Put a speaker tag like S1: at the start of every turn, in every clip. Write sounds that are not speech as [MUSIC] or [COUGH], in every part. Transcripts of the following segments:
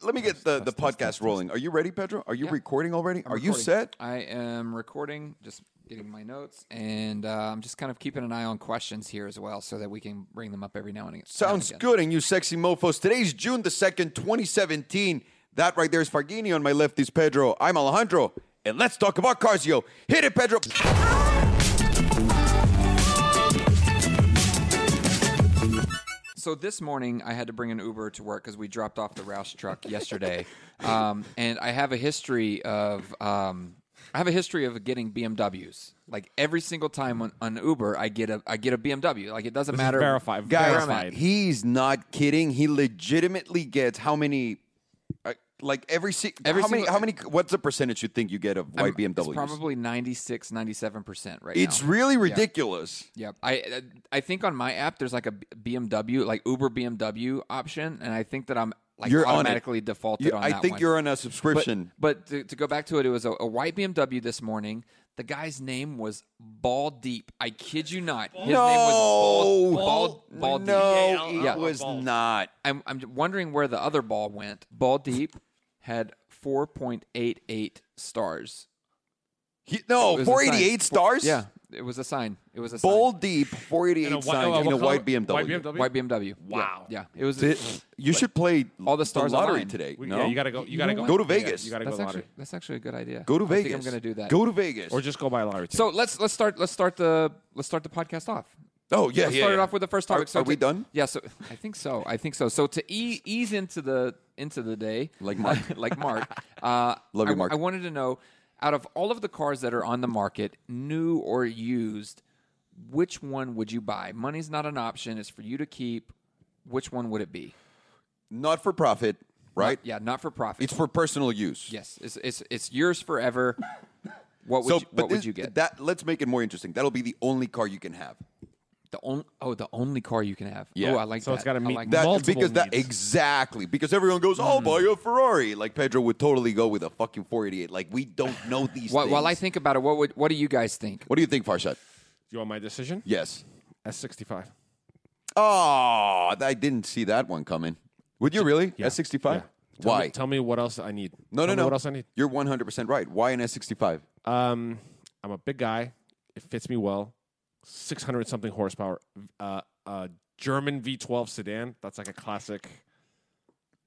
S1: let me get the, the podcast rolling. Are you ready, Pedro? Are you recording already? Are you set?
S2: I am recording, just getting my notes, and uh, I'm just kind of keeping an eye on questions here as well, so that we can bring them up every now and again.
S1: Sounds good, and you sexy mofos. Today's June the 2nd, 2017. That right there is Fargini. On my left is Pedro. I'm Alejandro. And let's talk about cars, yo. Hit it, Pedro.
S2: So this morning, I had to bring an Uber to work because we dropped off the Roush
S1: [LAUGHS]
S2: truck yesterday, um, and I have a history of um, I have a history of getting BMWs. Like every single time on, on Uber, I get a I get a BMW. Like it doesn't matter.
S3: verify-
S2: where
S1: Guys,
S2: I'm at.
S3: verified.
S1: he's not kidding. He legitimately gets how many, uh, like every, si-
S2: Every
S1: how many,
S2: single-
S1: how many, what's the percentage you think you get of white BMWs?
S2: It's probably 96, 97% right now.
S1: It's really ridiculous.
S2: Yep. I I think on my app there's like a BMW, like Uber BMW option, and I think that I'm like
S1: You're on it.
S2: automatically defaulted
S1: You-
S2: on
S1: I
S2: that
S1: think
S2: one.
S1: you're on a
S2: but,
S1: subscription.
S2: but to, to go back to it, it was a, a white BMW this morning. The guy's name was Ball Deep. I kid you not. His name was Ball Ball, Ball Deep.
S1: no, it
S2: Yeah.
S1: was not.
S2: I'm I'm wondering where the other ball went. Ball Deep had 4.88 stars.
S1: He, no,
S2: It was a sign.
S1: 488
S2: Four-
S1: stars.
S2: Yeah, it was a sign. It was a sign.
S1: Bold deep, 488
S3: And a whi-
S1: sign
S3: oh,
S1: in a
S3: what
S1: white
S3: color?
S1: BMW.
S3: White BMW?
S2: White BMW.
S3: Wow.
S2: Yeah, yeah. it was.
S1: Th- you should play
S2: All the stars
S1: lottery
S2: aligned.
S1: today.
S3: We-
S1: no,
S3: Yeah, you gotta go. You gotta
S2: know
S3: go.
S2: what? Go
S1: to
S3: Yeah,
S1: Vegas.
S3: you gotta
S2: that's
S3: go
S2: actually
S3: lottery,
S2: that's actually a good idea.
S1: go to Vegas.
S2: I think I'm going to do that.
S1: Go to Vegas.
S3: or just go buy lottery. ticket.
S2: so let's let's start let's start the let's start the podcast off.
S1: oh yeah,
S2: Let's
S1: yeah.
S2: start it
S1: yeah.
S2: off with the first topic.
S1: Are- are we
S2: to-
S1: done?
S2: Yeah. So I think so. I think so. So to e- ease into the into the day,
S1: Like Mark.
S2: [LAUGHS] like Mark. Uh,
S1: Love
S2: I,
S1: you, Mark.
S2: I wanted to know, out of all of the cars that are on the market, new or used, which one would you buy? Money's not an option. It's for you to keep. Which one would it be?
S1: Not for profit, right?
S2: Yeah, not for profit.
S1: It's for personal use.
S2: Yes, it's it's it's yours forever. What would
S1: So,
S2: you,
S1: but
S2: what
S1: this,
S2: would you get?
S1: That let's make it more interesting. That'll be the only car you can have.
S2: the only oh the only car you can have.
S1: Yeah.
S2: Oh, I like
S3: So
S2: that.
S3: it's gotta
S2: I
S3: meet
S2: like
S1: That
S3: Multiple
S1: because that
S3: needs. Mm-hmm.
S1: exactly because everyone goes, "I'll buy a Ferrari." Like Pedro would totally go with a fucking 488. Like we don't
S3: [SIGHS]
S1: know these.
S2: While, while I
S1: things.
S2: think about it, what would what do you guys think?
S1: what do you think, Farshad?
S3: you want my decision?
S1: Yes.
S3: S sixty five.
S1: Oh, I didn't see that one coming. Would you really? S65?
S3: Tell
S1: Why?
S3: Me, tell me what else I need.
S1: no, no,
S3: Tell me
S1: no.
S3: What else I need?
S1: You're 100% right. Why an S65?
S3: Um, I'm a big guy. It fits me well. Six hundred something horsepower. Uh, uh, German V twelve sedan. That's like a classic.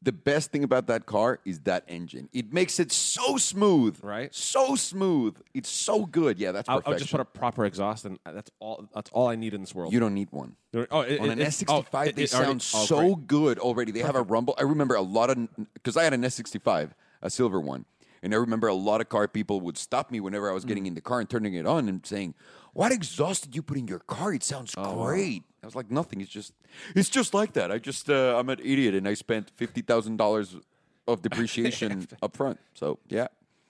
S1: The best thing about that car is that engine. It makes it so smooth.
S3: Right.
S1: So smooth. It's so good. Yeah, that's
S3: I'll,
S1: perfection.
S3: I'll just put a proper exhaust, and uh, that's all. That's all I need in this world.
S1: you don't need one.
S3: There- oh, it-
S1: On
S3: it-
S1: an
S3: it's-
S1: S65,
S3: oh,
S1: they
S3: it- it
S1: sound
S3: already- oh,
S1: so
S3: great.
S1: good already. They have a rumble. I remember a lot of, because I had an S65, a silver one. And I remember a lot of car people would stop me whenever I was
S3: Mm.
S1: getting in the car and turning it on and saying, What exhaust did you put in your car? It sounds
S3: Oh.
S1: great. I was like, Nothing. It's just, it's just like that. I just, uh, I'm an idiot and I spent $50,000 of
S3: [LAUGHS]
S1: depreciation up front. So, yeah.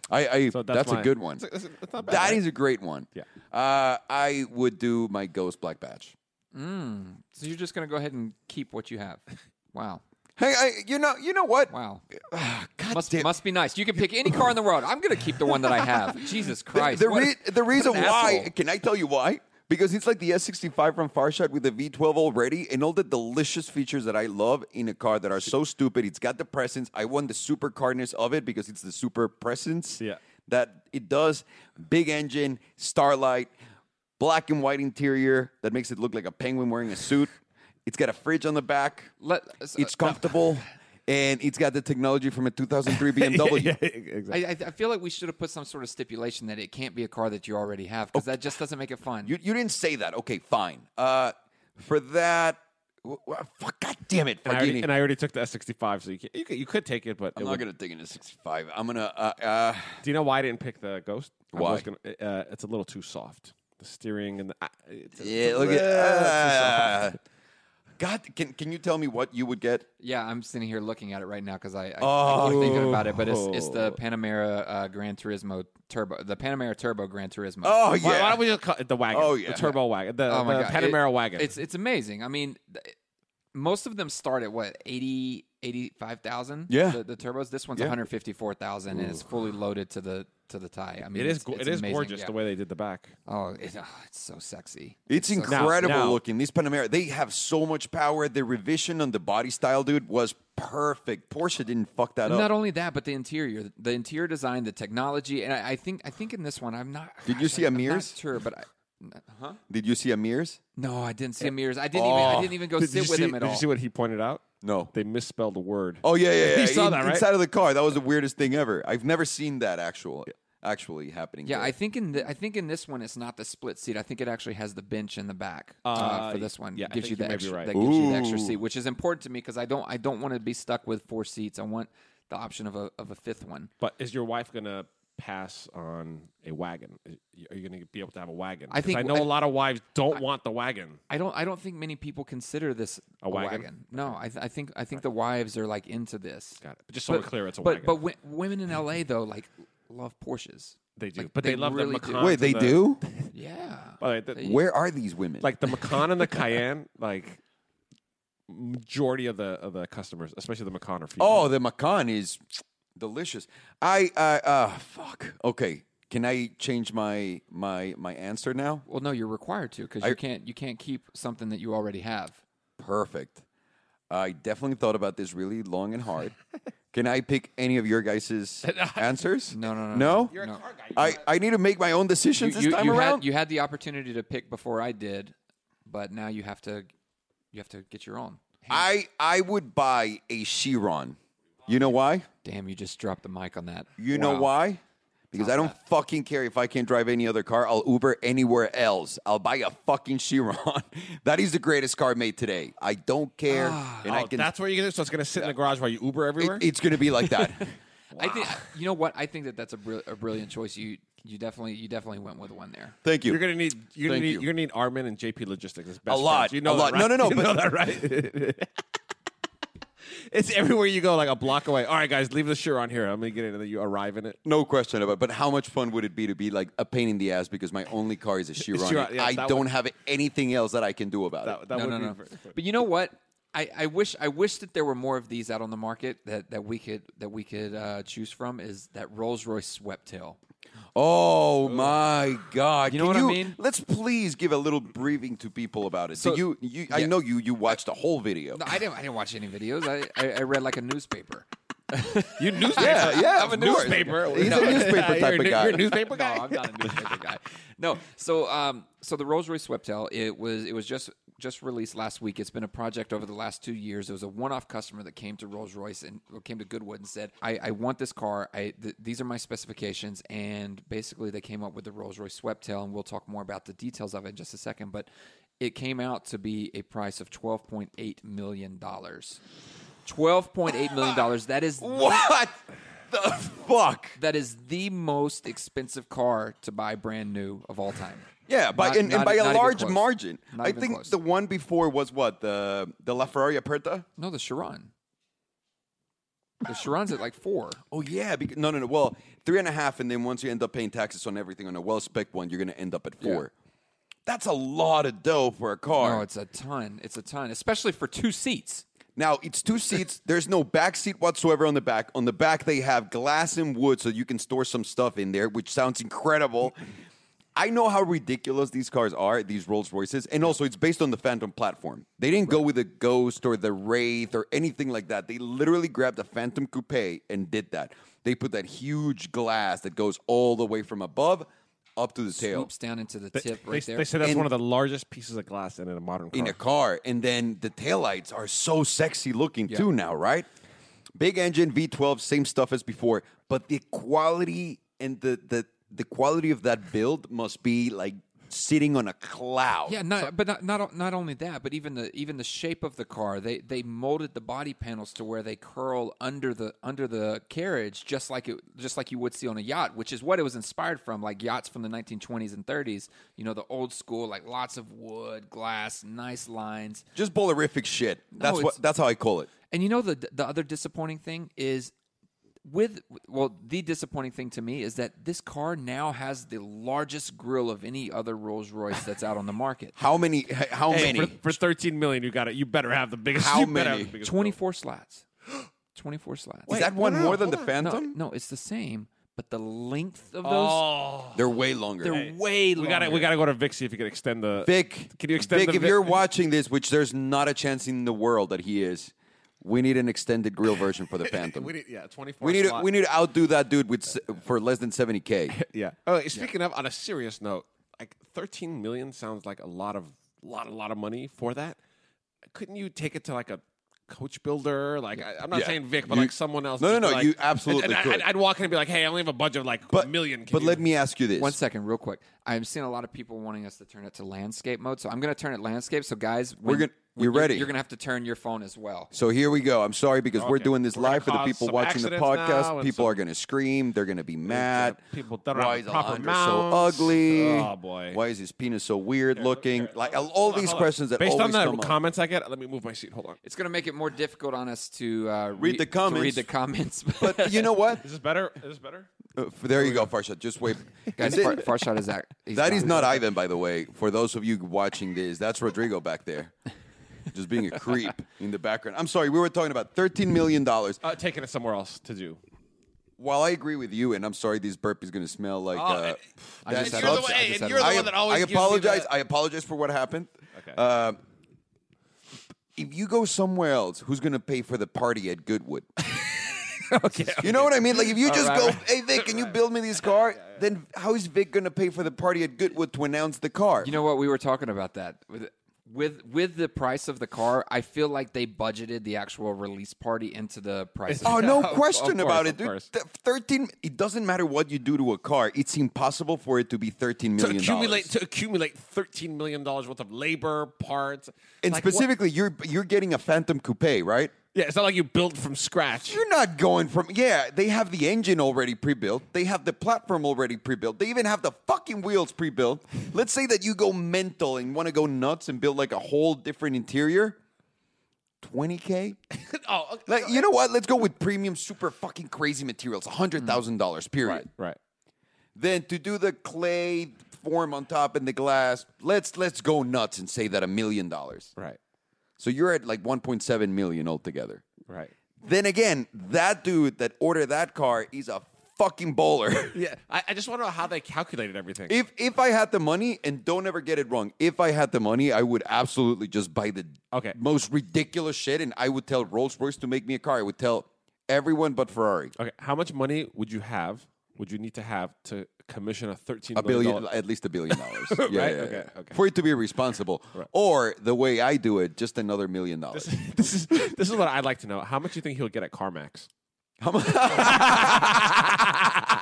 S1: I, I
S3: So
S1: that's,
S3: that's
S1: a
S3: my-
S1: good one. That
S3: That's-
S1: is
S3: that's not bad, right?
S1: a great one.
S3: Yeah.
S1: Uh, I would do my Ghost Black Badge.
S2: So you're just gonna go ahead and keep what you have. Wow,
S1: Hey, I, you know, you know what?
S2: wow,
S1: [SIGHS] God
S2: must
S1: damn.
S2: must be nice. You can pick any car in the world. I'm gonna keep the one that I
S1: [LAUGHS]
S2: have. Jesus
S1: the,
S2: Christ!
S1: the,
S2: what a-
S1: re- the reason
S2: an
S1: why,
S2: asshole.
S1: can I tell you why? Because it's like the S65 from Farshot with the V12 already and all the delicious features that I love in a car that are so stupid. It's got the presence. I want the super carness of it because it's the super presence
S3: Yeah.
S1: that it does. Big engine, starlight, black and white interior that makes it look like a penguin wearing a suit. It's got a fridge on the back.
S2: Let-
S1: it's
S2: [LAUGHS]
S1: comfortable. And it's got the technology from a 2003 BMW. [LAUGHS]
S3: [LAUGHS] exactly.
S2: I, I I feel like we should have put some sort of stipulation that it can't be a car that you already have because that just doesn't make it fun.
S1: You, you didn't say that. Okay, fine. Uh, for that, w- w- fuck, God damn it,
S3: And I, already,
S1: Farghini.
S3: and I already took the S65, so you, can, you, could, you could take it, but
S1: I'm
S3: it
S1: not
S3: would-
S1: gonna dig into 65. I'm gonna. Uh, uh,
S3: do you know why I didn't pick the Ghost? I was
S1: Why?
S3: gonna- uh, it's a little too soft. The steering and the uh, it's, it's
S1: yeah,
S3: a
S1: [LAUGHS] look at. ah,
S3: little too
S1: Uh, God, can can you tell me what you would get?
S2: Yeah, I'm sitting here looking at it right now because I, I, I
S1: Oh.
S2: keep thinking about it. But it's, it's the Panamera uh, Gran Turismo Turbo, the Panamera Turbo Gran Turismo.
S1: Oh
S3: soft. Why, why
S1: yeah,
S3: don't we just call it the wagon?
S1: Oh, yeah.
S3: the turbo wagon, the,
S1: uh,
S3: the
S2: It-
S3: Panamera wagon.
S2: It's it's amazing. I mean, th- most of them start at what 80, eighty-five thousand.
S1: Yeah.
S2: the, the turbos. This one's
S1: Yeah.
S2: one hundred fifty-four thousand, and it's fully loaded to the to the tie. I mean,
S3: It is.
S2: it's-
S3: go-
S2: it's
S3: it is
S2: amazing.
S3: gorgeous
S2: Yeah.
S3: the way they did the back.
S2: Oh, it, oh, it's so sexy.
S1: It's
S2: so-
S3: Now-
S1: incredible
S3: now-
S1: looking. These Panamera, they have so much power. The revision on the body style, dude, was perfect. Porsche didn't fuck that
S2: Not
S1: up.
S2: only that, but the interior, the interior design, the technology, and I, I think I think in this one I'm not.
S1: Did you
S2: gosh,
S1: see
S2: I'm- I'm not
S1: Amir's?
S2: sure, but I, huh?
S1: Did you see Amir's?
S2: No, I didn't see Amir's. I didn't even I
S1: Oh.
S2: didn't even go
S3: Did you
S2: sit with
S3: see-
S2: him at
S3: Did
S2: all.
S3: you see what he pointed out?
S1: No.
S3: They misspelled a word.
S1: Oh yeah, yeah, yeah.
S3: [LAUGHS] You saw
S1: In-
S3: that, right?
S1: Inside of the car. That was the weirdest thing ever. I've never seen that actual actually happening.
S2: yeah,
S1: there.
S2: I think in the, I think in this one it's not the split seat. I think it actually has the bench in the back uh,
S3: Uh,
S2: for this one.
S3: yeah, I
S2: gives
S3: think
S2: you the
S3: you may be
S2: extra
S3: right.
S2: that gives you the extra
S1: Ooh.
S2: seat, which is important to me because I don't I don't want to be stuck with four seats. I want the option of a of a fifth one.
S3: But is your wife gonna pass on a wagon? Is- Are you gonna be able to have a wagon?
S2: I
S3: 'Cause
S2: think-
S3: I know
S2: I-
S3: a lot of wives don't want the wagon.
S2: I don't. I don't think many people consider this a,
S3: wagon?
S2: No, I, th- I think. I think the wives are like into this.
S3: Got it. But just so we're clear, it's a
S2: but,
S3: wagon.
S2: But wi- women in LA though, like, love
S3: [LAUGHS]
S2: Porsches.
S3: They do.
S2: Like,
S3: but they, love
S2: really
S3: the
S2: do.
S3: Macan.
S1: Wait, they
S3: and the-
S1: do?
S2: Yeah.
S3: By the way, the-
S1: Where are these women?
S3: like the Macan and the Cayenne, like majority of the of the customers, especially the Macan, are female.
S1: oh, the Macan is delicious. I uh, uh fuck. Okay, can I change my my my answer now?
S2: Well, no, you're required to because you can't. You can't keep something that you already have.
S1: Perfect. I definitely thought about this really long and
S2: [LAUGHS]
S1: hard. Can I pick any of your guys' answers?
S2: No, no, no,
S1: No?
S2: You're a No.
S3: car guy.
S1: I, I need to make my own
S2: You,
S1: decisions this
S2: you-
S1: time
S2: you
S1: around.
S2: had you had the opportunity to pick before I did, but now you have to. You have to get your own.
S1: I I would buy a Chiron. You know why?
S2: Damn, you just dropped the mic on that.
S1: You
S2: Wow.
S1: know why? Because I don't fucking care if I can't drive any other car. I'll Uber anywhere else. I'll buy a fucking Chiron. [LAUGHS] that is the greatest car made today. I don't care, and I
S3: Oh,
S1: can.
S3: that's what you're gonna. So it's gonna sit in the garage while you Uber everywhere.
S1: it- it's gonna be like
S3: [LAUGHS]
S1: that.
S2: I think you know what I think that that's a, bri- a brilliant choice. You you definitely you definitely went with one there.
S1: Thank you.
S3: you're gonna need you're gonna
S1: Thank
S3: need
S1: you.
S3: you. are gonna need Armin and JP Logistics. as
S1: A
S3: best
S1: lot,
S3: friends. You know
S1: a lot.
S3: that, right? [LAUGHS]
S1: No, no, no,
S3: You
S1: but-
S3: know that, right? [LAUGHS] it's everywhere you go, like a block away. All right, guys, leave the shirt on here. I'm gonna get it, and then you arrive in it.
S1: No question about it. But how much fun would it be to be like a pain in the ass because my only car is a Chiron?
S3: Chiron, yeah,
S1: I
S3: that
S1: don't
S3: would-
S1: have anything else that I can do about it.
S3: That, that
S2: no,
S3: would
S2: no,
S3: be
S2: no.
S3: ver-
S2: But you know what? I, I wish I wish that there were more of these out on the market that, that we could that we could uh, choose from. Is that Rolls Royce swept tail?
S1: Oh my God!
S2: You know
S1: Can
S2: what I mean?
S1: Let's please give a little briefing to people about it. So
S2: So-
S1: you, you I
S2: yeah.
S1: know you. You watched the whole video.
S2: No, I didn't I didn't watch any videos. I, I, I read like a newspaper.
S3: You newspaper, [LAUGHS]
S1: Yeah, yeah,
S3: I'm a
S1: of course.
S3: newspaper.
S1: He's a
S3: No,
S1: newspaper
S3: [LAUGHS] you're a
S1: type of
S3: new-
S1: guy.
S3: You're a
S2: [LAUGHS]
S3: newspaper
S2: No,
S3: guy.
S2: I'm not a newspaper guy. No. So um so the Rolls Royce swept tail. It was it was just just released last week. It's been a project over the last two years. It was a one-off customer that came to Rolls Royce and or came to Goodwood and said, "I, I want this car. I th- these are my specifications." And basically, they came up with the Rolls Royce swept tail, and we'll talk more about the details of it in just a second. But it came out to be a price of twelve point eight million dollars. Twelve point eight million dollars. That
S3: [LAUGHS]
S2: is
S1: What the fuck?
S2: that is the most expensive car to buy brand new of all time.
S1: Yeah, by
S2: Not-
S1: and, and
S2: not-
S1: by
S2: not
S1: a
S2: even
S1: large
S2: close.
S1: margin.
S2: Not
S1: I
S2: even
S1: think
S2: close.
S1: the one before was what the the LaFerrari Aperta.
S2: no, the Chiron. The Chiron's at like four.
S1: Oh yeah, because, no, no, no. Well, three and a half, and then once you end up paying taxes on everything on a well spec one, you're gonna end up at four. That's a lot of dough for a car.
S2: Oh, it's a ton. It's a ton, especially for two seats.
S1: Now it's two seats. There's no back seat whatsoever on the back. On the back, they have glass and wood, so you can store some stuff in there, which sounds incredible. I know how ridiculous these cars are, these Rolls Royces, and also it's based on the Phantom platform. They didn't go with the Ghost or the Wraith or anything like that. They literally grabbed a Phantom coupe and did that. They put that huge glass that goes all the way from above up to the tail
S2: Swoops down into the
S3: They,
S2: tip
S3: they-
S2: right there.
S3: they say that's
S1: And-
S3: one of the largest pieces of glass in a modern car.
S1: in a car. And then the taillights are so sexy looking too now, right? Big engine V12, same stuff as before, but the quality and the the the quality of that build must be like sitting on a cloud.
S2: yeah, not, but not, not not only that, but even the even the shape of the car. They they molded the body panels to where they curl under the under the carriage, just like it just like you would see on a yacht, which is what it was inspired from, like yachts from the 1920s and 30s. You know, the old school, like lots of wood, glass, nice lines.
S1: Just ballerific shit. That's
S2: it's-
S1: what that's how I call it.
S2: And you know the the other disappointing thing is with well the disappointing thing to me is that this car now has the largest grill of any other Rolls Royce that's out on the market.
S1: How many how
S3: Hey,
S1: many?
S3: For, for 13 million, you got it. You better have the biggest.
S1: How
S3: you
S1: many?
S3: better have the
S1: [GASPS]
S3: biggest
S2: 24 slots. 24 slats.
S1: Is that
S3: no,
S1: one
S3: no, no,
S1: more than the
S3: hold on.
S2: No,
S1: Phantom?
S2: no, it's the same, but the length of those
S3: Oh,
S1: They're way longer.
S2: they're way longer.
S3: we got to we got to go to Vixie if you could extend the.
S1: Vic,
S3: Can you extend
S1: Vic,
S3: the
S1: if
S3: vi-
S1: you're
S3: [LAUGHS]
S1: watching this, which there's not a chance in the world that he is, we need an extended grill version
S3: [LAUGHS]
S1: for the Phantom.
S4: We need, yeah, 24
S1: We need to,
S4: slot.
S1: we need to outdo that dude with s- for less than 70k.
S3: yeah.
S4: Oh, wait,
S3: Speaking of, on a serious note, like 13 million sounds like a lot of lot a lot of money for that. Couldn't you take it to like a coach builder? Like I, I'm not
S1: Yeah.
S3: saying Vic, but
S1: You-
S3: like someone else.
S1: No, no,
S3: Just be
S1: no,
S3: like-
S1: you
S3: and-
S1: absolutely
S3: And, I-
S1: could.
S3: I'd, I'd walk in and be like, "Hey, I only have a budget of like
S1: But
S3: a million. Can
S1: But
S3: you-
S1: let me ask you this.
S2: One second, real quick. I'm seeing a lot of people wanting us to turn it to landscape mode, so I'm going to turn it landscape. So guys, when-
S1: We're gonna-
S2: when
S1: you're
S2: you-
S1: ready.
S2: You're going to have to turn your phone as well.
S1: So here we go. I'm sorry because we're
S3: Okay.
S1: doing this
S3: We're gonna
S1: live for the
S3: cause
S1: people
S3: some
S1: watching the
S3: accidents now
S1: podcast.
S3: and
S1: People
S3: some-
S1: are going to scream. They're going to be mad.
S3: people don't
S1: Why
S3: have
S1: is
S3: the proper
S1: Alejandro
S3: mounts.
S1: so ugly?
S3: Oh, boy.
S1: Why is his penis so weird looking? like all
S3: Hold on,
S1: these
S3: hold on.
S1: questions that
S3: Oh, based on
S1: always
S3: the
S1: come up.
S3: comments I get. Let me move my seat. Hold on.
S2: It's going to make it more difficult on us to uh, read,
S1: the
S2: To read
S1: comments.
S2: the comments,
S1: But you know what? [LAUGHS]
S3: Is this better? Is this better?
S1: Uh, f- there you go, Farshad. Just wait.
S2: [LAUGHS]
S1: [LAUGHS]
S2: guys,
S1: Is it-
S2: far, Farshad is that. he's
S1: that is
S2: gone.
S1: not Ivan, by the way. For those of you watching this, that's Rodrigo back there, just being a creep in the background. I'm sorry. We were talking about 13 million dollars.
S3: Uh, taking it somewhere else to do.
S1: While I agree with you, and I'm sorry, this burp is going to smell like. uh,
S3: and-
S2: Oh, I
S1: that
S2: just had
S1: subs-
S2: a- I just had a-
S1: I, I apologize. I apologize for what happened.
S3: Okay.
S1: Uh, if you go somewhere else, who's going to pay for the party at Goodwood?
S2: [LAUGHS]
S3: okay.
S1: You know what I mean? Like if you just
S3: right,
S1: go,
S3: right.
S1: "Hey Vic, can you build me this car?" Then how is Vic going to pay for the party at Goodwood to announce the car?
S2: You know what? We were talking about that with with with the price of the car. I feel like they budgeted the actual release party into the price.
S1: Oh
S3: [LAUGHS]
S2: of the
S1: no
S3: of- of
S1: question about
S3: course,
S1: it,
S3: of
S1: dude.
S3: course.
S1: Th- Thirteen. It doesn't matter what you do to a car; it's impossible for it to be thirteen
S3: to
S1: million.
S3: accumulate
S1: dollars.
S3: to accumulate 13 million dollars worth of labor parts
S1: and
S3: Like, what-
S1: specifically, you're you're getting a Phantom Coupe, right?
S3: yeah it's not like you built from scratch
S1: You're not going from yeah. They have the engine already pre-built. They have the platform already pre-built. They even have the fucking wheels pre-built. Let's say that you go mental and want to go nuts and build like a whole different interior. Twenty k.
S3: [LAUGHS] oh okay.
S1: Like you know what? Let's go with premium, super fucking crazy materials. Hundred thousand dollars. Period.
S3: right
S1: Then to do the clay form on top and the glass. Let's let's go nuts and say that a million dollars.
S3: right
S1: So you're at like one point seven million altogether.
S3: right
S1: Then again, that dude that ordered that car is a fucking bowler.
S3: yeah I, I just want to know how they calculated everything
S1: [LAUGHS] if if I had the money, and don't ever get it wrong, if I had the money, I would absolutely just buy the
S3: Okay.
S1: most ridiculous shit, and I would tell Rolls Royce to make me a car. I would tell everyone but Ferrari.
S3: okay how much money would you have would you need to have to commission a 13
S1: A billion,
S3: dollar-
S1: at least a billion dollars. Yeah, yeah, yeah.
S3: Okay, okay.
S1: For it to be responsible, or the way I do it, just another million dollars.
S3: [LAUGHS] this is this is what i'd like to know how much do you think he'll get at carmax
S1: How [LAUGHS] much?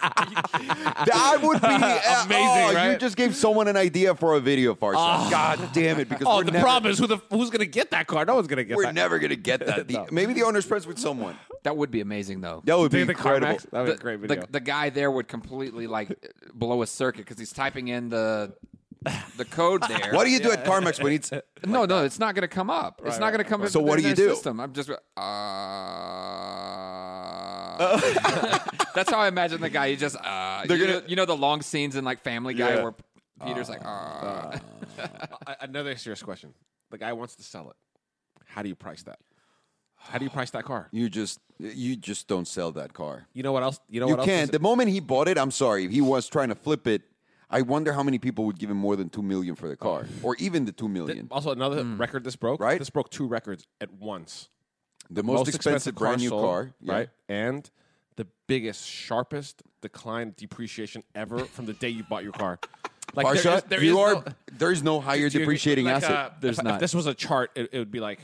S1: that would be
S3: [LAUGHS] Amazing,
S1: Oh, You
S3: right? Ah.
S1: just gave someone an idea for a video, Farsa. God damn it! Because
S3: [LAUGHS] oh
S1: we're
S3: the
S1: never,
S3: problem is who the who's gonna get that car no one's gonna get
S1: we're
S3: that
S1: never gonna get
S3: [LAUGHS]
S1: that. The-
S3: No.
S1: Maybe the owner's friends with someone.
S2: That would be amazing, though.
S1: That would be
S3: Take the
S1: incredible.
S3: carmax that would be a great video
S2: The, the guy there would completely like [LAUGHS] blow a circuit because he's typing in the the code there.
S1: What do you do at Carmex when
S3: [LAUGHS]
S1: it's?
S2: No, no, it's not going to come up. it's not going to come up.
S1: So what do you do?
S2: System. I'm just. Uh,
S1: Oh.
S2: [LAUGHS] that's how I imagine the guy. You just. Uh, you,
S1: gonna-
S2: know, you know the long scenes in like Family Guy
S1: Yeah.
S2: where Peter's like. Uh,
S3: A- another serious question the guy wants to sell it how do you price that how do you price that car
S1: You just you just don't sell that car.
S3: You know what else? You know
S1: You
S3: what
S1: can't.
S3: else? is-
S1: The moment he bought it, I'm sorry, if he was trying to flip it, I wonder how many people would give him more than two million for the car, or even the two million.
S3: also, another record this broke.
S1: Right?
S3: This broke two records at once.
S1: The most, expensive, brand new
S3: sold,
S1: car, yeah.
S3: right? And the biggest, sharpest decline depreciation ever from the day you bought your
S1: [LAUGHS]
S3: car. Like there
S1: Barsha,
S3: is- there
S1: you
S3: is
S1: are
S3: no-
S1: there is no higher
S3: do you agree-
S1: depreciating
S3: like,
S1: asset.
S3: uh,
S2: There's
S3: [LAUGHS] if, if
S2: not.
S3: this was a chart, it, it would be like.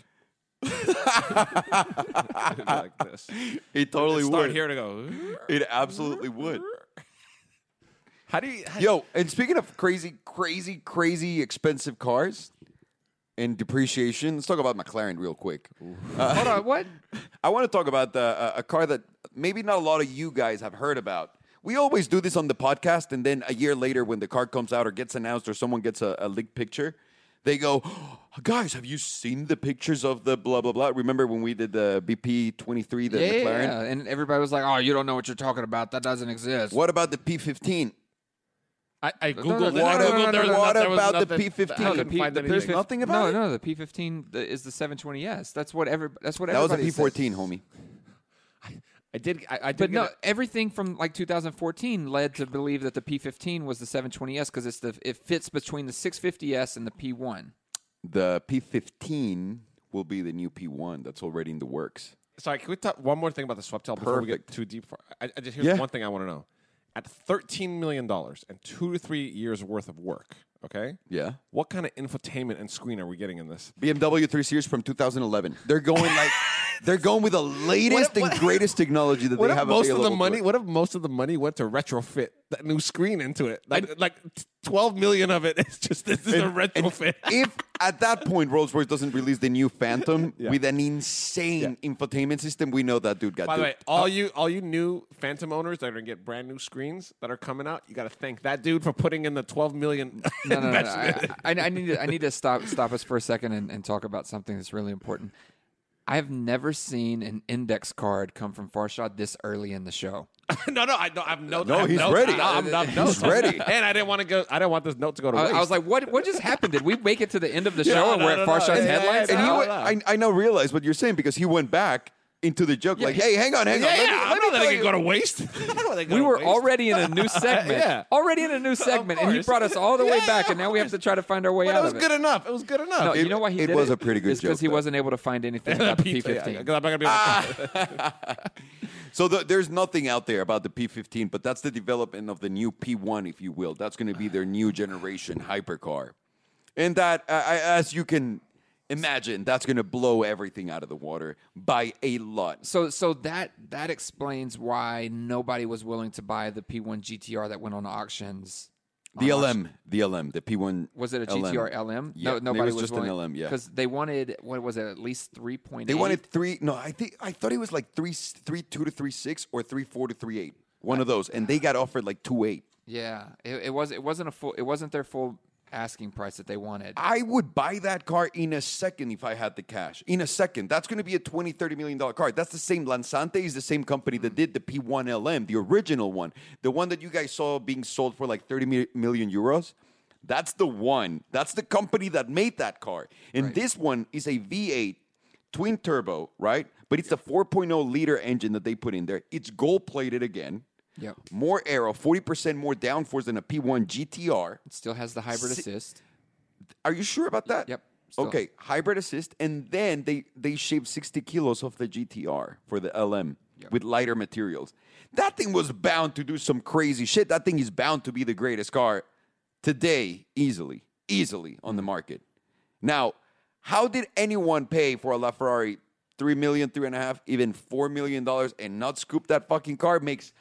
S3: [LAUGHS] It would be like this.
S1: it totally
S3: Start here to go.
S1: It absolutely would.
S3: How do you? How,
S1: Yo, and speaking of crazy, crazy, crazy expensive cars and depreciation, let's talk about McLaren real quick. uh,
S2: Hold
S1: [LAUGHS]
S2: on, what?
S1: I want to talk about the, uh, a car that maybe not a lot of you guys have heard about. We always do this on the podcast, and then a year later, when the car comes out or gets announced or someone gets a, a leaked picture, they go, [GASPS] "Guys, have you seen the pictures of the blah blah blah?" Remember when we did the BP twenty three, the
S2: Yeah, yeah,
S1: McLaren?
S2: yeah. and everybody was like, "Oh, you don't know what you're talking about. That doesn't exist."
S1: What about the P fifteen?
S4: I, I googled
S3: no,
S4: it. I
S1: What,
S3: no,
S1: ab-
S3: no,
S4: googled
S3: no,
S4: it.
S3: no,
S1: what
S3: there was
S1: about the
S3: nothing.
S1: P15?
S3: I
S2: the
S3: couldn't
S2: P-
S3: find
S2: the
S1: There's
S3: anything.
S1: nothing about
S2: no,
S1: it.
S2: no, the P15 th- is the 720S. That's what every. That's what
S1: That was a
S2: everybody says.
S1: P14, homie.
S3: I did. I, I
S2: But
S3: did. get
S2: no,
S3: it.
S2: everything from like 2014 led to believe that the P15 was the 720S because it's the it fits between the 650S and the
S3: [LAUGHS]
S2: P1.
S1: The P15 will be the new P1 that's already in the works.
S3: Sorry, can we talk one more thing about the Sweptel before we get too deep? For, I, I just here's
S1: Yeah.
S3: one thing I want to know. At thirteen million dollars and two to three years worth of work, okay?
S1: Yeah.
S3: What kind of infotainment and screen are we getting in this?
S1: BMW 3 Series from 2011. They're going
S3: [LAUGHS]
S1: like they're going with the latest
S3: what-
S1: and greatest technology
S3: [LAUGHS]
S1: that
S3: What
S1: they
S3: if
S1: have
S3: most of
S1: available.
S3: the
S1: to
S3: money?
S1: it.
S3: What if most of the money went to retrofit that new screen into it? Like, like t- twelve million of it is just this is a retrofit.
S1: [LAUGHS]
S3: [LAUGHS]
S1: if at that point Rolls Royce doesn't release the new
S3: [LAUGHS]
S1: Phantom with an insane infotainment system, we know that dude got.
S3: By the
S1: duped.
S3: way, all you all you new Phantom owners that are gonna get brand new screens that are coming out, you got to thank that dude for putting in the twelve [LAUGHS] million
S2: No, no, no. no.
S3: investment.
S2: I, I, I need to, I need to stop stop us for a second and, and talk about something that's really important. I've never seen an index card come from Farshad this early in the show.
S3: [LAUGHS] no, no, I, no, I've no.
S1: No,
S3: I have
S1: he's
S3: notes.
S1: ready.
S3: No, I'm not
S1: He's
S3: notes.
S1: ready.
S3: And I didn't want to go. I didn't want this note to go to
S2: I,
S3: waste.
S2: I was like, what what just happened? Did we make it to the end of the show and
S3: no,
S2: we're at
S3: no, no.
S2: Farshad's
S3: [LAUGHS] Yeah, yeah,
S2: headlines?
S3: yeah,
S1: and he
S3: no,
S1: went,
S3: no.
S1: I, I now realize what you're saying because he went back into the joke like, "Hey, hang on, hang
S3: yeah,
S1: on."
S3: yeah,
S1: let me- let
S3: I'm
S1: me
S3: not
S1: tell
S3: letting it
S1: you."
S3: go to [LAUGHS] waste. I'm not letting it go
S2: we
S3: to
S2: were
S3: waste.
S2: already in a
S1: [LAUGHS]
S2: new segment.
S3: Yeah.
S2: Already in a new segment, and he
S3: course.
S2: brought us all the way
S3: Yeah,
S2: back,
S3: of
S2: and now we have to try to find our way
S3: But it
S2: out
S3: was
S2: of it.
S3: good enough. It was good enough.
S2: No,
S3: It-
S2: you know why he
S1: it
S2: did
S1: was a pretty good
S2: It's because
S1: joke,
S2: he
S1: though.
S2: wasn't able to find
S1: [LAUGHS]
S2: anything about the
S3: [LAUGHS] P- Ah. yeah, 'cause I'm
S2: P15.
S3: not gonna be able to-
S1: So the, there's nothing out there about the P15, but that's the development of the new P1, if you will. That's going to be their new generation hypercar, and that, uh, I, as you can imagine, that's going to blow everything out of the water by a lot.
S2: So, so that that explains why nobody was willing to buy the P1 GTR that went on auctions.
S1: The LM, the LM, the P1.
S2: Oh, Was it a
S1: LM.
S2: GTR LM?
S1: Yeah,
S2: no,
S1: it
S2: nobody
S1: was just
S2: willing,
S1: an LM. Yeah,
S2: because they wanted what was it? At least three point.
S1: they wanted three. No, I think I thought it was like three, three two to three six or three four to three eight. One of those, and they got offered like two eight.
S2: Yeah, it, it was. It wasn't a full. It wasn't their full asking price that they wanted.
S1: I would buy that car in a second if I had the cash. In a second. That's going to be a 20, 30 million dollar car. That's the same Lansante is the same company that did the P1LM, the original one. The one that you guys saw being sold for like 30 mi- million euros. That's the one. That's the company that made that car. And this one is a V8 twin turbo, right? But it's the 4.0 liter engine that they put in there. It's gold plated again.
S2: Yep.
S1: More aero, 40% more downforce than a P1 GTR.
S2: Still has the hybrid assist.
S1: Are you sure about that?
S2: Yep, still.
S1: Okay, hybrid assist, and then they they shaved sixty kilos off the GTR for the LM with lighter materials. That thing was bound to do some crazy shit. That thing is bound to be the greatest car today, easily, easily
S2: Mm-hmm.
S1: on the market. Now, how did anyone pay for a LaFerrari three million, three and a half, even four million dollars and not scoop that fucking car makes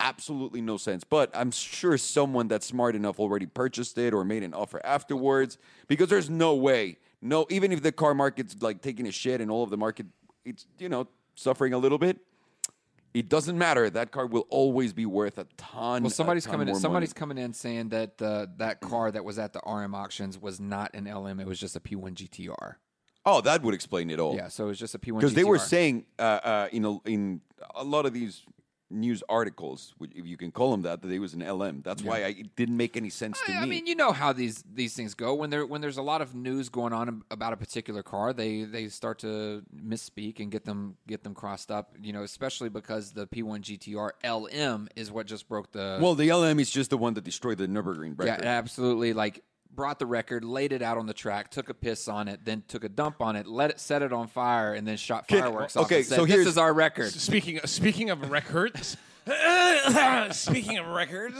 S1: absolutely no sense. But I'm sure someone that's smart enough already purchased it or made an offer afterwards because there's no way. No, even if the car market's like taking a shit and all of the market it's you know suffering a little bit, it doesn't matter. That car will always be worth a ton.
S2: Well, somebody's
S1: a ton
S2: coming in.
S1: more
S2: Somebody's
S1: money.
S2: coming in saying that uh, that car that was at the RM auctions was not an LM. It was just a P1 GTR.
S1: Oh, that would explain it all.
S2: Yeah, so it was just a P1 GTR.
S1: because they were saying uh, uh, in a, in a lot of these news articles, which if you can call them that, that it was an LM. That's why I, it didn't make any sense to
S2: I,
S1: me.
S2: I mean, you know how these these things go when there when there's a lot of news going on about a particular car, they they start to misspeak and get them get them crossed up. You know, especially because the P1 GTR LM is what just broke the
S1: well, the LM is just the one that destroyed the Nurburgring
S2: yeah,
S1: record.
S2: it absolutely like brought the record, laid it out on the track, took a piss on it, then took a dump on it, let it set it on fire, and then shot fireworks off.
S1: okay,
S2: and said,
S1: so here's-
S2: this is our record.
S3: [LAUGHS] Speaking speaking of records, [LAUGHS] speaking of records,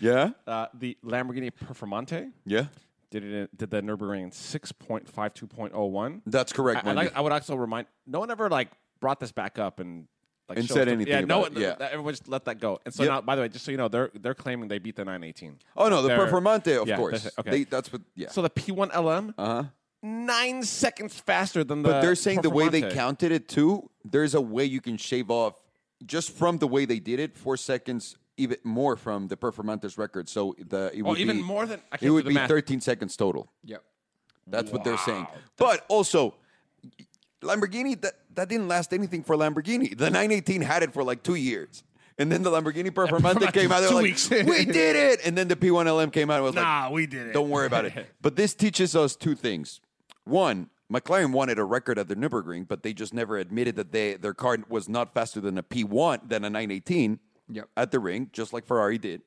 S1: yeah,
S3: [LAUGHS] uh, the Lamborghini Performante
S1: yeah,
S3: did it. Did the Nurburgring in six point five two point oh one.
S1: that's correct.
S3: I, I,
S1: Mandy.
S3: like, I would also remind no one ever like brought this back up and like
S1: And
S3: showed
S1: said
S3: us the-
S1: anything
S3: Yeah, no
S1: about
S3: one.
S1: it, yeah.
S3: th- everyone just let that go. And so
S1: Yep.
S3: now, by the way, just so you know, they're they're claiming they beat the 918.
S1: oh no, the
S3: They're-
S1: Performante, of
S3: yeah,
S1: course.
S3: that's- Okay.
S1: They- that's what. Yeah.
S3: So the P1 LM, uh-huh. nine seconds faster than the.
S1: but they're saying the way they
S3: Performante.
S1: counted it too. There's a way you can shave off just from the way they did it four seconds. Even more from the Performante's record, so the it
S3: Oh,
S1: would
S3: even
S1: be-
S3: more than I can't
S1: it
S3: do
S1: would
S3: the
S1: be
S3: math.
S1: 13 seconds total.
S2: Yep.
S1: That's what they're saying. But also, Lamborghini that that didn't last anything for Lamborghini. The 918 had it for like two years, And then the Lamborghini
S4: [LAUGHS]
S1: Performante came out. They
S4: Two
S1: were like,
S4: weeks.
S1: we did it. And then the P1LM came out and was like,
S4: Nah, we did it.
S1: don't worry about
S2: [LAUGHS]
S1: it. But this teaches us two things. One, McLaren wanted a record at the Nürburgring, but they just never admitted that they their car was not faster than a P1 than a 918
S2: Yep.
S1: at the ring, just like Ferrari did.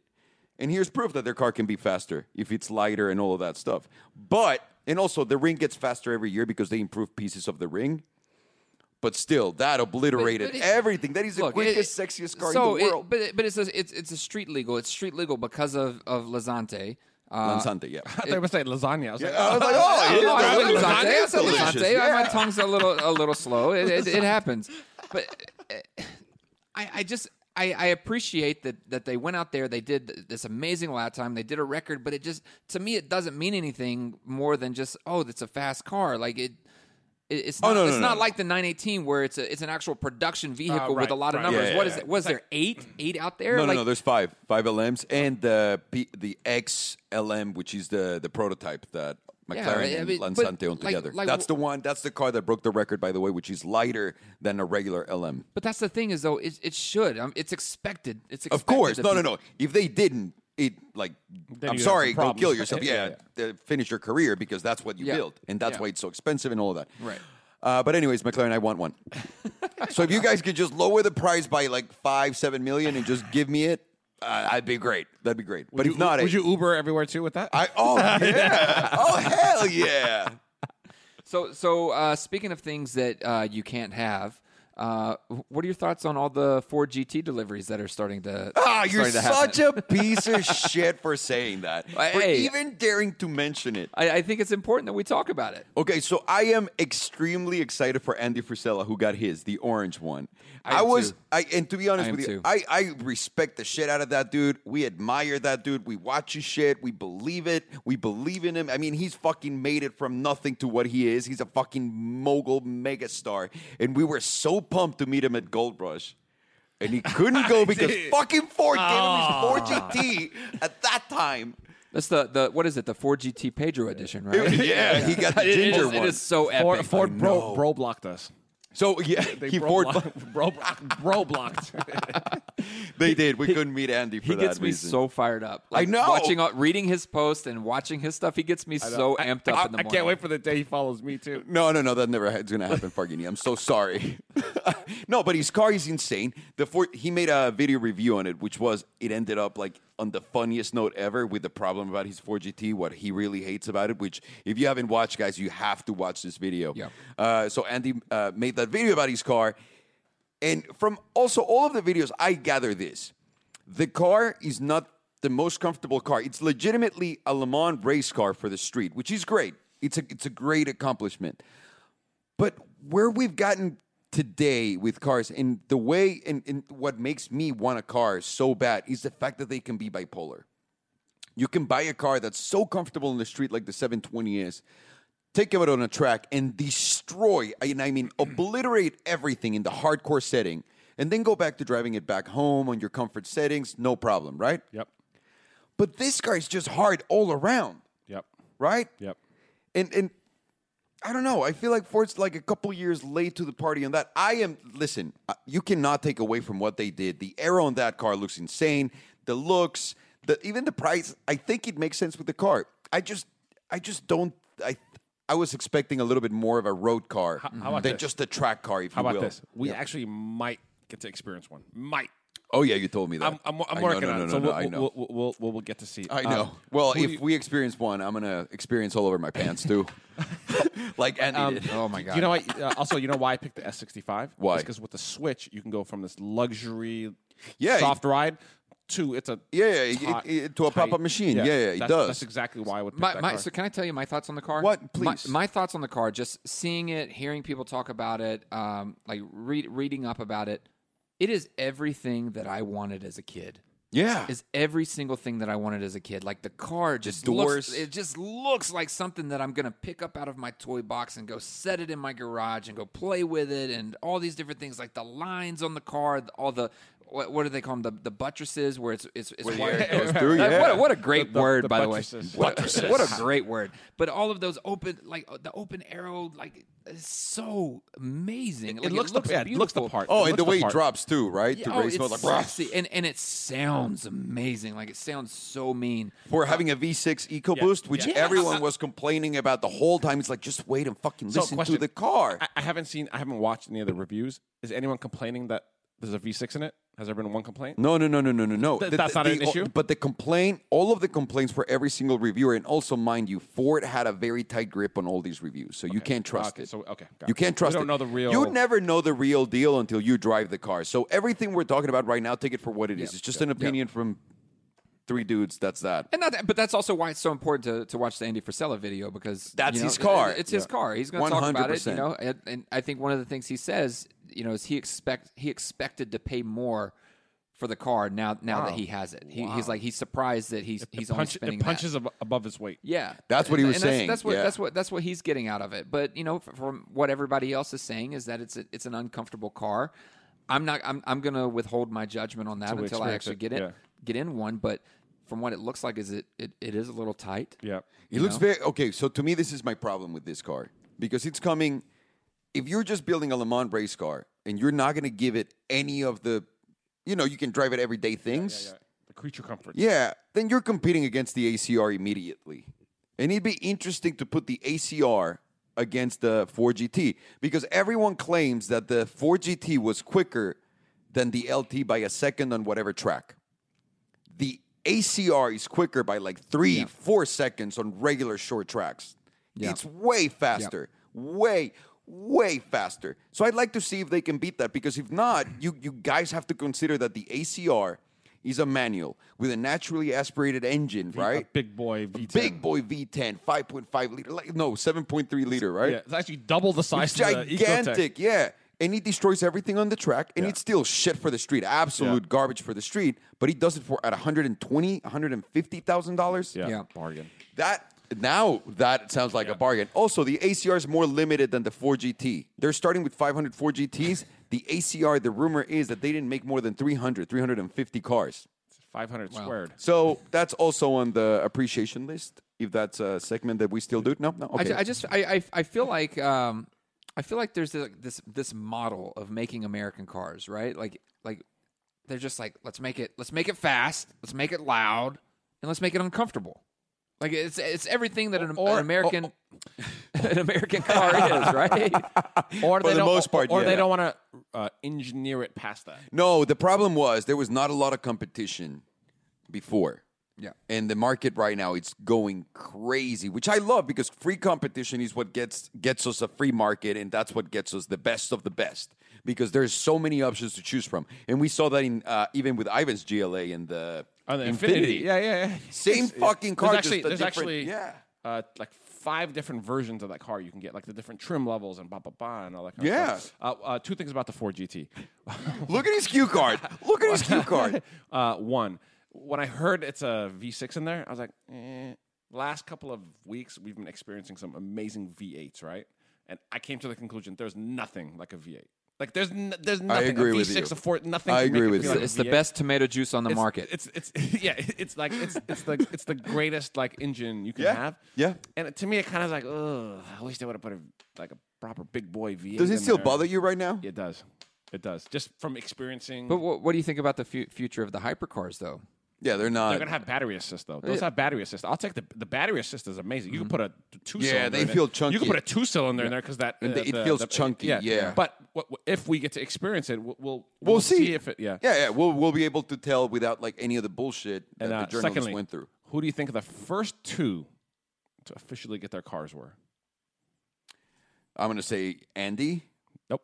S1: And here's proof that their car can be faster if it's lighter and all of that stuff. But and also the ring gets faster every year because they improve pieces of the ring. But still, that obliterated
S2: but it-
S1: everything. That is the
S2: Look,
S1: quickest,
S2: it-
S1: sexiest car
S2: so
S1: in the
S2: it-
S1: world.
S2: but it- but it's a, it's it's a street legal. It's street legal because of of Lazante. Uh,
S1: Lanzante,
S2: [LAUGHS]
S1: yeah.
S3: I thought you were saying lasagna. I was like,
S1: I was like, oh, [LAUGHS]
S2: Oh,
S1: yeah,
S2: I
S1: that was-
S2: said Lazante. I said
S1: Delicious.
S2: Lazante.
S1: Yeah.
S2: My tongue's a little a little slow. It, it, it happens, but uh, I, I just I, I appreciate that that they went out there. They did th- this amazing lap time. They did a record, but it just to me it doesn't mean anything more than just oh that's a fast car. Like it. it- It's not,
S1: Oh, no, no,
S2: it's
S1: no,
S2: not
S1: no.
S2: like the 918 where it's a, it's an actual production vehicle with
S3: right,
S2: a lot of
S3: right.
S2: numbers.
S1: Yeah, yeah,
S2: What is
S1: yeah.
S2: it? Was there eight eight out there?
S1: No,
S2: like,
S1: no, no. There's five, five LMs, and the P, the XLM, which is the the prototype that McLaren
S2: I mean,
S1: and
S2: but,
S1: Lansante own
S2: like-
S1: together.
S2: like-
S1: that's the one. That's the car that broke the record, by the way, which is lighter than a regular LM.
S2: but that's the thing is though it, it should um, it's expected it's expected
S1: Of course,
S2: to
S1: no,
S2: be-
S1: no, no. If they didn't, it like I'm
S3: you'd have
S1: sorry,
S3: some
S1: go
S3: problems.
S1: kill yourself. Yeah,
S3: [LAUGHS]
S1: uh,
S3: Yeah,
S1: finish your career because that's what you
S2: Yeah.
S1: built, and that's
S2: Yeah.
S1: why it's so expensive and all of that.
S2: Right.
S1: Uh, but anyways, McLaren, I want one.
S2: [LAUGHS]
S1: so if you guys could just lower the price by like five, seven million, and just give me it, uh, I'd be great. That'd be great. but
S3: would
S1: if
S3: you-
S1: not,
S3: would
S1: I-
S3: you Uber everywhere too with that?
S1: I
S3: [LAUGHS]
S1: oh yeah oh hell yeah
S2: So, so uh, speaking of things that uh, you can't have, uh, what are your thoughts on all the Ford GT deliveries that are starting to?
S1: ah you're
S2: starting to
S1: such
S2: happen?
S1: a piece of shit for saying that
S2: Hey.
S1: for even daring to mention it.
S2: I, I think it's important that we talk about it.
S1: Okay, so I am extremely excited for Andy Frisella who got his the orange one. I,
S2: I am
S1: was
S2: too.
S1: I and to be honest
S2: I am
S1: with you,
S2: too.
S1: I I respect the shit out of that dude. We admire that dude. We watch his shit. We believe it. We believe in him. I mean, he's fucking made it from nothing to what he is. He's a fucking mogul megastar, and we were so pumped to meet him at Gold Rush. And he
S2: [LAUGHS]
S1: couldn't go because fucking Ford gave
S2: Ah.
S1: him his 4GT at that
S2: [LAUGHS]
S1: time.
S2: That's the, the what is it? The Ford GT Pedro edition, right?
S1: Yeah, he got the
S2: It is-
S1: ginger
S2: it is,
S1: one.
S2: so epic.
S3: Ford, Ford bro,
S1: know.
S3: bro blocked us.
S1: so yeah, he
S3: bro,
S1: Ford.
S3: blocked, [LAUGHS] bro, blocked- bro blocked.
S1: [LAUGHS] They did. We couldn't meet Andy for
S2: he
S1: that
S2: gets me
S1: reason.
S2: so fired up.
S1: I know.
S2: Watching, all, reading his post and watching his stuff, he gets me so amped up
S3: I,
S2: in the
S3: I
S2: morning.
S3: can't wait for the day he follows me too.
S1: no, no, no. That never it's gonna happen, Fargini. I'm so sorry. [LAUGHS] no, but his car is insane. The Ford. He made a video review on it, which was it ended up like on the funniest note ever with the problem about his 4GT, what he really hates about it. Which, if you haven't watched, guys, you have to watch this video.
S2: Yeah.
S1: Uh, so Andy uh, made that video about his car, and from also all of the videos, I gather this: the car is not the most comfortable car. It's legitimately a Le Mans race car for the street, which is great. It's a it's a great accomplishment. But where we've gotten today with cars and the way and, and what makes me want a car so bad is the fact that they can be bipolar. You can buy a car that's so comfortable in the street like the 720 is, take it out on a track and destroy, and I mean obliterate everything in the hardcore setting, and then go back to driving it back home on your comfort settings, no problem, right?
S3: Yep.
S1: But this car is just hard all around,
S3: Yep.
S1: right?
S3: Yep.
S1: and and I don't know. I feel like Ford's like a couple years late to the party on that. I am listen. uh, You cannot take away from what they did. The arrow on that car looks insane. The looks, the even the price. I think it makes sense with the car. I just, I just don't. I I was expecting a little bit more of a road car
S3: how about
S1: than
S3: this?
S1: just a track car. If
S3: How
S1: you
S3: about
S1: will.
S3: this? We actually might get to experience one. Might.
S1: Oh yeah, you told me that.
S3: I'm, I'm, I'm
S1: I know,
S3: working
S1: no,
S3: on
S1: no,
S3: it.
S1: No,
S3: so
S1: no,
S3: we'll,
S1: I know.
S3: We'll, we'll, we'll, we'll, we'll get to see.
S1: I
S3: Um,
S1: know. well,
S3: who
S1: if
S3: do you-
S1: we experience one, I'm gonna experience all over my pants
S3: [LAUGHS]
S1: too, like Andy
S3: Um,
S1: did.
S2: Oh [LAUGHS] my god!
S3: You know what? Uh, also, you know why I picked the S65?
S1: [LAUGHS] Why?
S3: Because with the Switch, you can go from this luxury
S1: Yeah,
S3: soft ride to it's a
S1: Yeah, yeah, it-
S3: taut,
S1: it- it- to a pop-up machine. Yeah, yeah, it
S3: that's,
S1: does.
S3: That's exactly why I would pick
S2: my,
S3: that
S2: my,
S3: car.
S2: so can I tell you my thoughts on the car?
S1: What?
S2: My-
S1: Please.
S2: My, thoughts on the car, just seeing it, hearing people talk about it, um, like read, reading up about it. It is everything that I wanted as a kid.
S1: yeah,
S2: Is every single thing that I wanted as a kid. Like the car just
S1: doors.
S2: looks, it just looks like something that I'm gonna pick up out of my toy box and go set it in my garage and go play with it and all these different things. Like the lines on the car, all the what, what do they call them? The, the buttresses where it's it's, it's
S1: the air
S2: [LAUGHS] wired.
S1: goes through,
S2: That-
S1: yeah.
S2: What a, what a great
S3: The- the-
S2: word,
S3: the
S2: by
S3: buttresses.
S2: the way. Buttresses. What a great word. But all of those open, like uh, the open arrow, like is so amazing. Like,
S3: looks the- yeah, it looks the
S2: beautiful.
S3: part.
S1: Oh,
S3: It
S1: and the
S3: looks
S1: way it
S3: part.
S1: drops too, right?
S2: Yeah,
S1: to
S2: oh,
S1: raise
S2: it's
S1: notes, like, [LAUGHS]
S2: sexy, and and it sounds amazing. Like it sounds so mean.
S1: for having a V6 EcoBoost, which
S2: Yeah.
S1: everyone was complaining about the whole time. It's like, just wait and fucking
S3: So,
S1: listen
S3: question.
S1: to the car.
S3: I, I haven't seen, I haven't watched any of the reviews. Is anyone complaining that there's a V6 in it? Has there been one complaint?
S1: no, no, no, no, no, no, no.
S3: Th-
S1: The-
S3: that's
S1: the-
S3: not an
S1: the-
S3: issue?
S1: But the complaint, all of the complaints for every single reviewer, and also mind you, Ford had a very tight grip on all these reviews, so you can't trust
S3: Okay,
S1: it.
S3: so okay, got
S1: you
S3: it.
S1: can't trust.
S3: We don't
S1: it.
S3: know the real-
S1: You never know the real deal until you drive the car. So everything we're talking about right now, take it for what it is. It's just an opinion from three dudes. That's that.
S2: And not that, but that's also why it's so important to, to watch the Andy Frisella video because
S1: That's
S2: you know,
S1: his car.
S2: It's his
S1: Yeah.
S2: car. He's going to talk about it. You
S1: 100%.
S2: know, and, and I think one of the things he says, you know, is he expect he expected to pay more for the car now now that he has it. He, He's like he's surprised that he's he's only
S3: Punch,
S2: spending
S3: it punches
S2: that.
S3: ab- above his weight.
S2: Yeah,
S1: That's what he
S2: And-
S1: was
S2: and that's-
S1: saying,
S2: That's, what
S1: yeah.
S2: that's what that's what he's getting out of it. But you know, f- from what everybody else is saying is that it's a, it's an uncomfortable car. I'm not. I'm I'm gonna withhold my judgment on that
S3: we
S2: until I
S3: experience
S2: actually
S3: it,
S2: get in
S3: yeah.
S2: get in one. But from what it looks like, is it it, it is a little tight.
S3: Yeah.
S1: It looks very okay. So to me, this is my problem with this car because it's coming. If you're just building a Le Mans race car and you're not going to give it any of the, you know, you can drive it everyday things. Yeah,
S3: The creature comfort.
S1: then you're competing against the ACR immediately, and it'd be interesting to put the ACR against the 4GT because everyone claims that the 4GT was quicker than the LT by a second on whatever track the ACR is quicker by like three, four seconds on regular short tracks.
S2: Yeah.
S1: It's way faster, way, way faster. So I'd like to see if they can beat that because if not, you, you guys have to consider that the ACR is a manual with a naturally aspirated engine,
S3: A
S1: right?
S3: Big boy V10.
S1: Big boy V10, 5.5 liter, like, no, 7.3 liter, right?
S3: Yeah, it's actually double the size. of the Ecotec.
S1: gigantic, yeah. And he destroys everything on the track, and
S3: Yeah.
S1: it's still shit for the street, absolute
S3: Yeah.
S1: garbage for the street. But he does it for at one hundred and twenty, one hundred and fifty thousand dollars.
S3: Yeah.
S2: Yeah.
S3: Bargain.
S1: That now that sounds like a bargain. Also, the ACR is more limited than the 4GT. They're starting with 500
S3: [LAUGHS]
S1: 4GTs. The ACR, the rumor is that they didn't make more than 300, 350 cars.
S3: Five hundred squared.
S1: So that's also on the appreciation list. If that's a segment that we still do, no, no,
S2: I,
S1: okay.
S2: ju- I just I, I I feel like um I feel like there's this this, this model of making American cars, right? Like like they're just like let's make it let's make it fast, let's make it loud, and let's make it uncomfortable. Like it's it's everything that an, an
S3: Or-
S2: American [LAUGHS] an American car is, right?
S1: [LAUGHS]
S3: Or
S1: For the
S3: don't-
S1: most part,
S3: or
S1: yeah.
S3: they don't want to uh, engineer it past that.
S1: No, the problem was there was not a lot of competition before.
S2: Yeah.
S1: And the market right now it's going crazy, which I love because free competition is what gets gets us a free market and that's what gets us the best of the best because there's so many options to choose from. And we saw that in uh, even with Ivan's GLA and the,
S3: On Oh, the Yeah, yeah, yeah.
S1: Same fucking car
S3: There's
S1: just
S3: actually,
S1: a
S3: there's
S1: different-
S3: actually
S1: yeah.
S3: uh, like five different versions of that car you can get, like the different trim levels and blah blah blah and all that. Kind
S1: Yeah.
S3: Of stuff. Uh, uh, two things about the Ford GT.
S1: Look at his cue card. Look at his
S3: [LAUGHS]
S1: cue card.
S3: uh, one, when I heard it's a V6 in there, I was like, eh. last couple of weeks we've been experiencing some amazing V8s, right? And I came to the conclusion there's nothing like a V8. Like there's n- there's nothing.
S1: agree
S3: a V6,
S1: with you.
S3: a Ford, nothing.
S1: I
S3: can make
S1: agree
S3: it
S1: with
S3: feel
S1: you.
S3: like a
S2: It's the
S3: V8.
S2: best tomato juice on the market.
S3: It's it's [LAUGHS] yeah. It's like it's it's the it's the greatest like engine you can
S1: Yeah,
S3: have.
S1: yeah.
S3: And to me, it kind of like, ugh. I wish they would have put a like a proper big boy V.
S1: Does it still bother you right now?
S3: It does. It does. Just from experiencing.
S2: but what, what do you think about the fu- future of the hypercars, though?
S1: Yeah, they're not.
S3: they're gonna have battery assist though. Those have battery assist. I'll take the the battery assist is amazing. You can
S2: Mm-hmm.
S3: put a two.
S1: Yeah, they
S3: in it.
S1: feel
S3: You
S1: chunky.
S3: can put a two cylinder in there because that uh,
S1: And it feels chunky, yeah.
S3: But what, what- if we get to experience it, we'll we'll,
S1: We'll see.
S3: if it. Yeah.
S1: yeah, yeah. We'll we'll be able to tell without like any of the bullshit that
S3: And uh,
S1: the journalists
S3: secondly,
S1: went through.
S3: who do you think the first two to officially get their cars were?
S1: I'm gonna say Andy,
S3: Nope.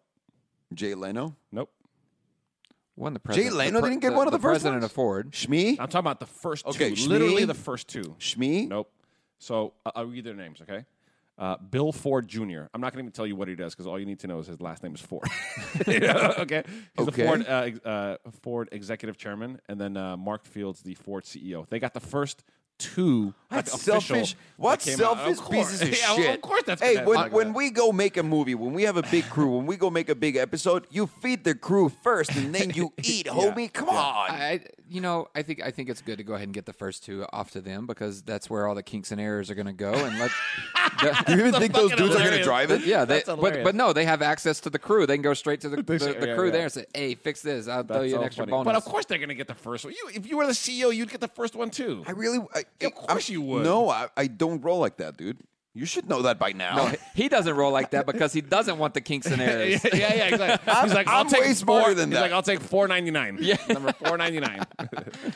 S1: Jay Leno,
S3: Nope.
S2: One the
S1: Jay
S2: president.
S1: Leno
S2: the pre-
S1: didn't get one of the first
S2: president
S1: ones?
S2: of Ford.
S1: Shmi,
S3: I'm talking about the first
S1: Okay,
S3: two. Literally
S1: Shmi.
S3: the first two.
S1: Shmi.
S3: Nope. So I- I'll read their names, okay? Uh, Bill Ford Jr. I'm not going to even tell you what he does because all you need to know is his last name is Ford. [LAUGHS]
S1: [LAUGHS]
S3: okay. He's the
S1: Okay.
S3: Ford, uh, ex- uh, Ford executive chairman, and then uh, Mark Fields, the Ford CEO. They E got the first two. Like,
S1: That's
S3: official
S1: selfish.
S3: that
S1: What
S3: came out.
S1: selfish
S3: Of course.
S1: pieces of
S3: [LAUGHS] Yeah,
S1: shit?
S3: Of course, that's
S1: Hey,
S3: gonna
S1: when,
S3: happen.
S1: when we go make a movie, when we have a big crew, when we go make a big episode, you feed the crew first, and then
S3: [LAUGHS]
S1: you eat, homie. Come on.
S2: I, you know, I think I think it's good to go ahead and get the first two off to them because that's where all the kinks and errors are going to go. And
S3: [LAUGHS]
S2: let,
S1: Do you even think those
S3: fucking
S1: dudes are gonna
S3: hilarious.
S1: drive it?
S2: yeah, they,
S3: That's
S2: but
S3: hilarious.
S2: but no, they have access to the crew. They can go straight to
S3: [LAUGHS]
S2: the, the,
S3: say-
S2: the
S3: yeah,
S2: crew
S3: yeah.
S2: there and say, "Hey, fix this. I'll throw you an
S3: so
S2: extra
S3: funny.
S2: bonus."
S3: But of course, they're gonna get the first one. You, if you were the CEO, you'd get the first one too.
S1: I really. I,
S3: Of course
S1: I'm-
S3: you would.
S1: No, I, I don't roll like that, dude. You should know that by [LAUGHS] now.
S2: [LAUGHS] No, he doesn't roll like that because he doesn't want the kinks
S3: [LAUGHS]
S2: and
S3: [LAUGHS] yeah,
S2: errors.
S3: yeah, yeah, [LAUGHS] exactly. He's like, I'll
S1: I'm
S3: take
S1: way smarter
S3: four-
S1: than
S3: he's
S1: that.
S3: like, I'll take four ninety nine. Yeah, number four ninety nine.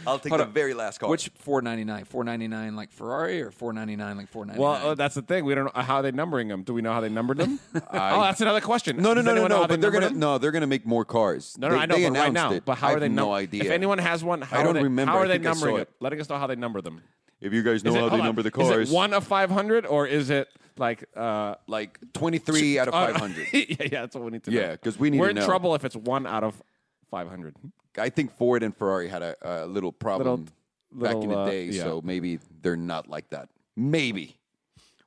S1: I'll take the very last call.
S2: Which four ninety nine? Four ninety nine like Ferrari or four ninety nine like four ninety
S3: [LAUGHS] Well,
S2: nine?
S3: uh, that's the thing. We don't know how are they numbering them. Do we know how they numbered them? [LAUGHS] oh, that's another question.
S1: No, no,
S3: Does
S1: no, no,
S3: anyone know
S1: no.
S3: how they
S1: But they're
S3: numbered
S1: gonna
S3: them?
S1: no, they're gonna make more cars.
S3: No, no,
S1: They-
S3: I know,
S1: they
S3: but right
S1: announced
S3: now.
S1: it.
S3: But how
S1: I
S3: are they?
S1: have
S3: num-
S1: no idea.
S3: If anyone has one, how
S1: I don't
S3: are they,
S1: remember.
S3: How
S1: I
S3: are they
S1: think I saw
S3: numbering
S1: it.
S3: it? Letting us know how they number them.
S1: if you guys know
S3: Is it-
S1: how
S3: hold
S1: they
S3: on.
S1: number the cars,
S3: Is it one of five hundred, or is it like? Uh,
S1: like twenty-three out of
S3: uh,
S1: five
S3: [LAUGHS]
S1: hundred.
S3: yeah, yeah, that's what we need to. know.
S1: Yeah, 'cause we need
S3: We're
S1: to
S3: in
S1: know.
S3: trouble if it's one out of five hundred.
S1: I think Ford and Ferrari had a, a little problem back in
S3: little,
S1: the
S3: uh,
S1: day,
S3: yeah.
S1: so maybe they're not like that. Maybe.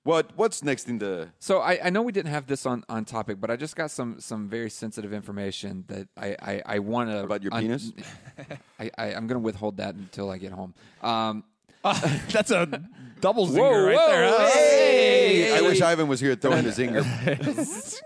S1: What What's next in the?
S2: So I, I know we didn't have this on, on topic, but I just got some some very sensitive information that I I, I want to
S1: About your penis?
S2: [LAUGHS] I, I I'm gonna withhold that until I get home. Um,
S3: [LAUGHS] that's a double zinger
S2: Whoa,
S3: right
S2: whoa,
S3: there. huh?
S1: Hey, I wish Ivan was here throwing
S3: [LAUGHS]
S1: his zinger.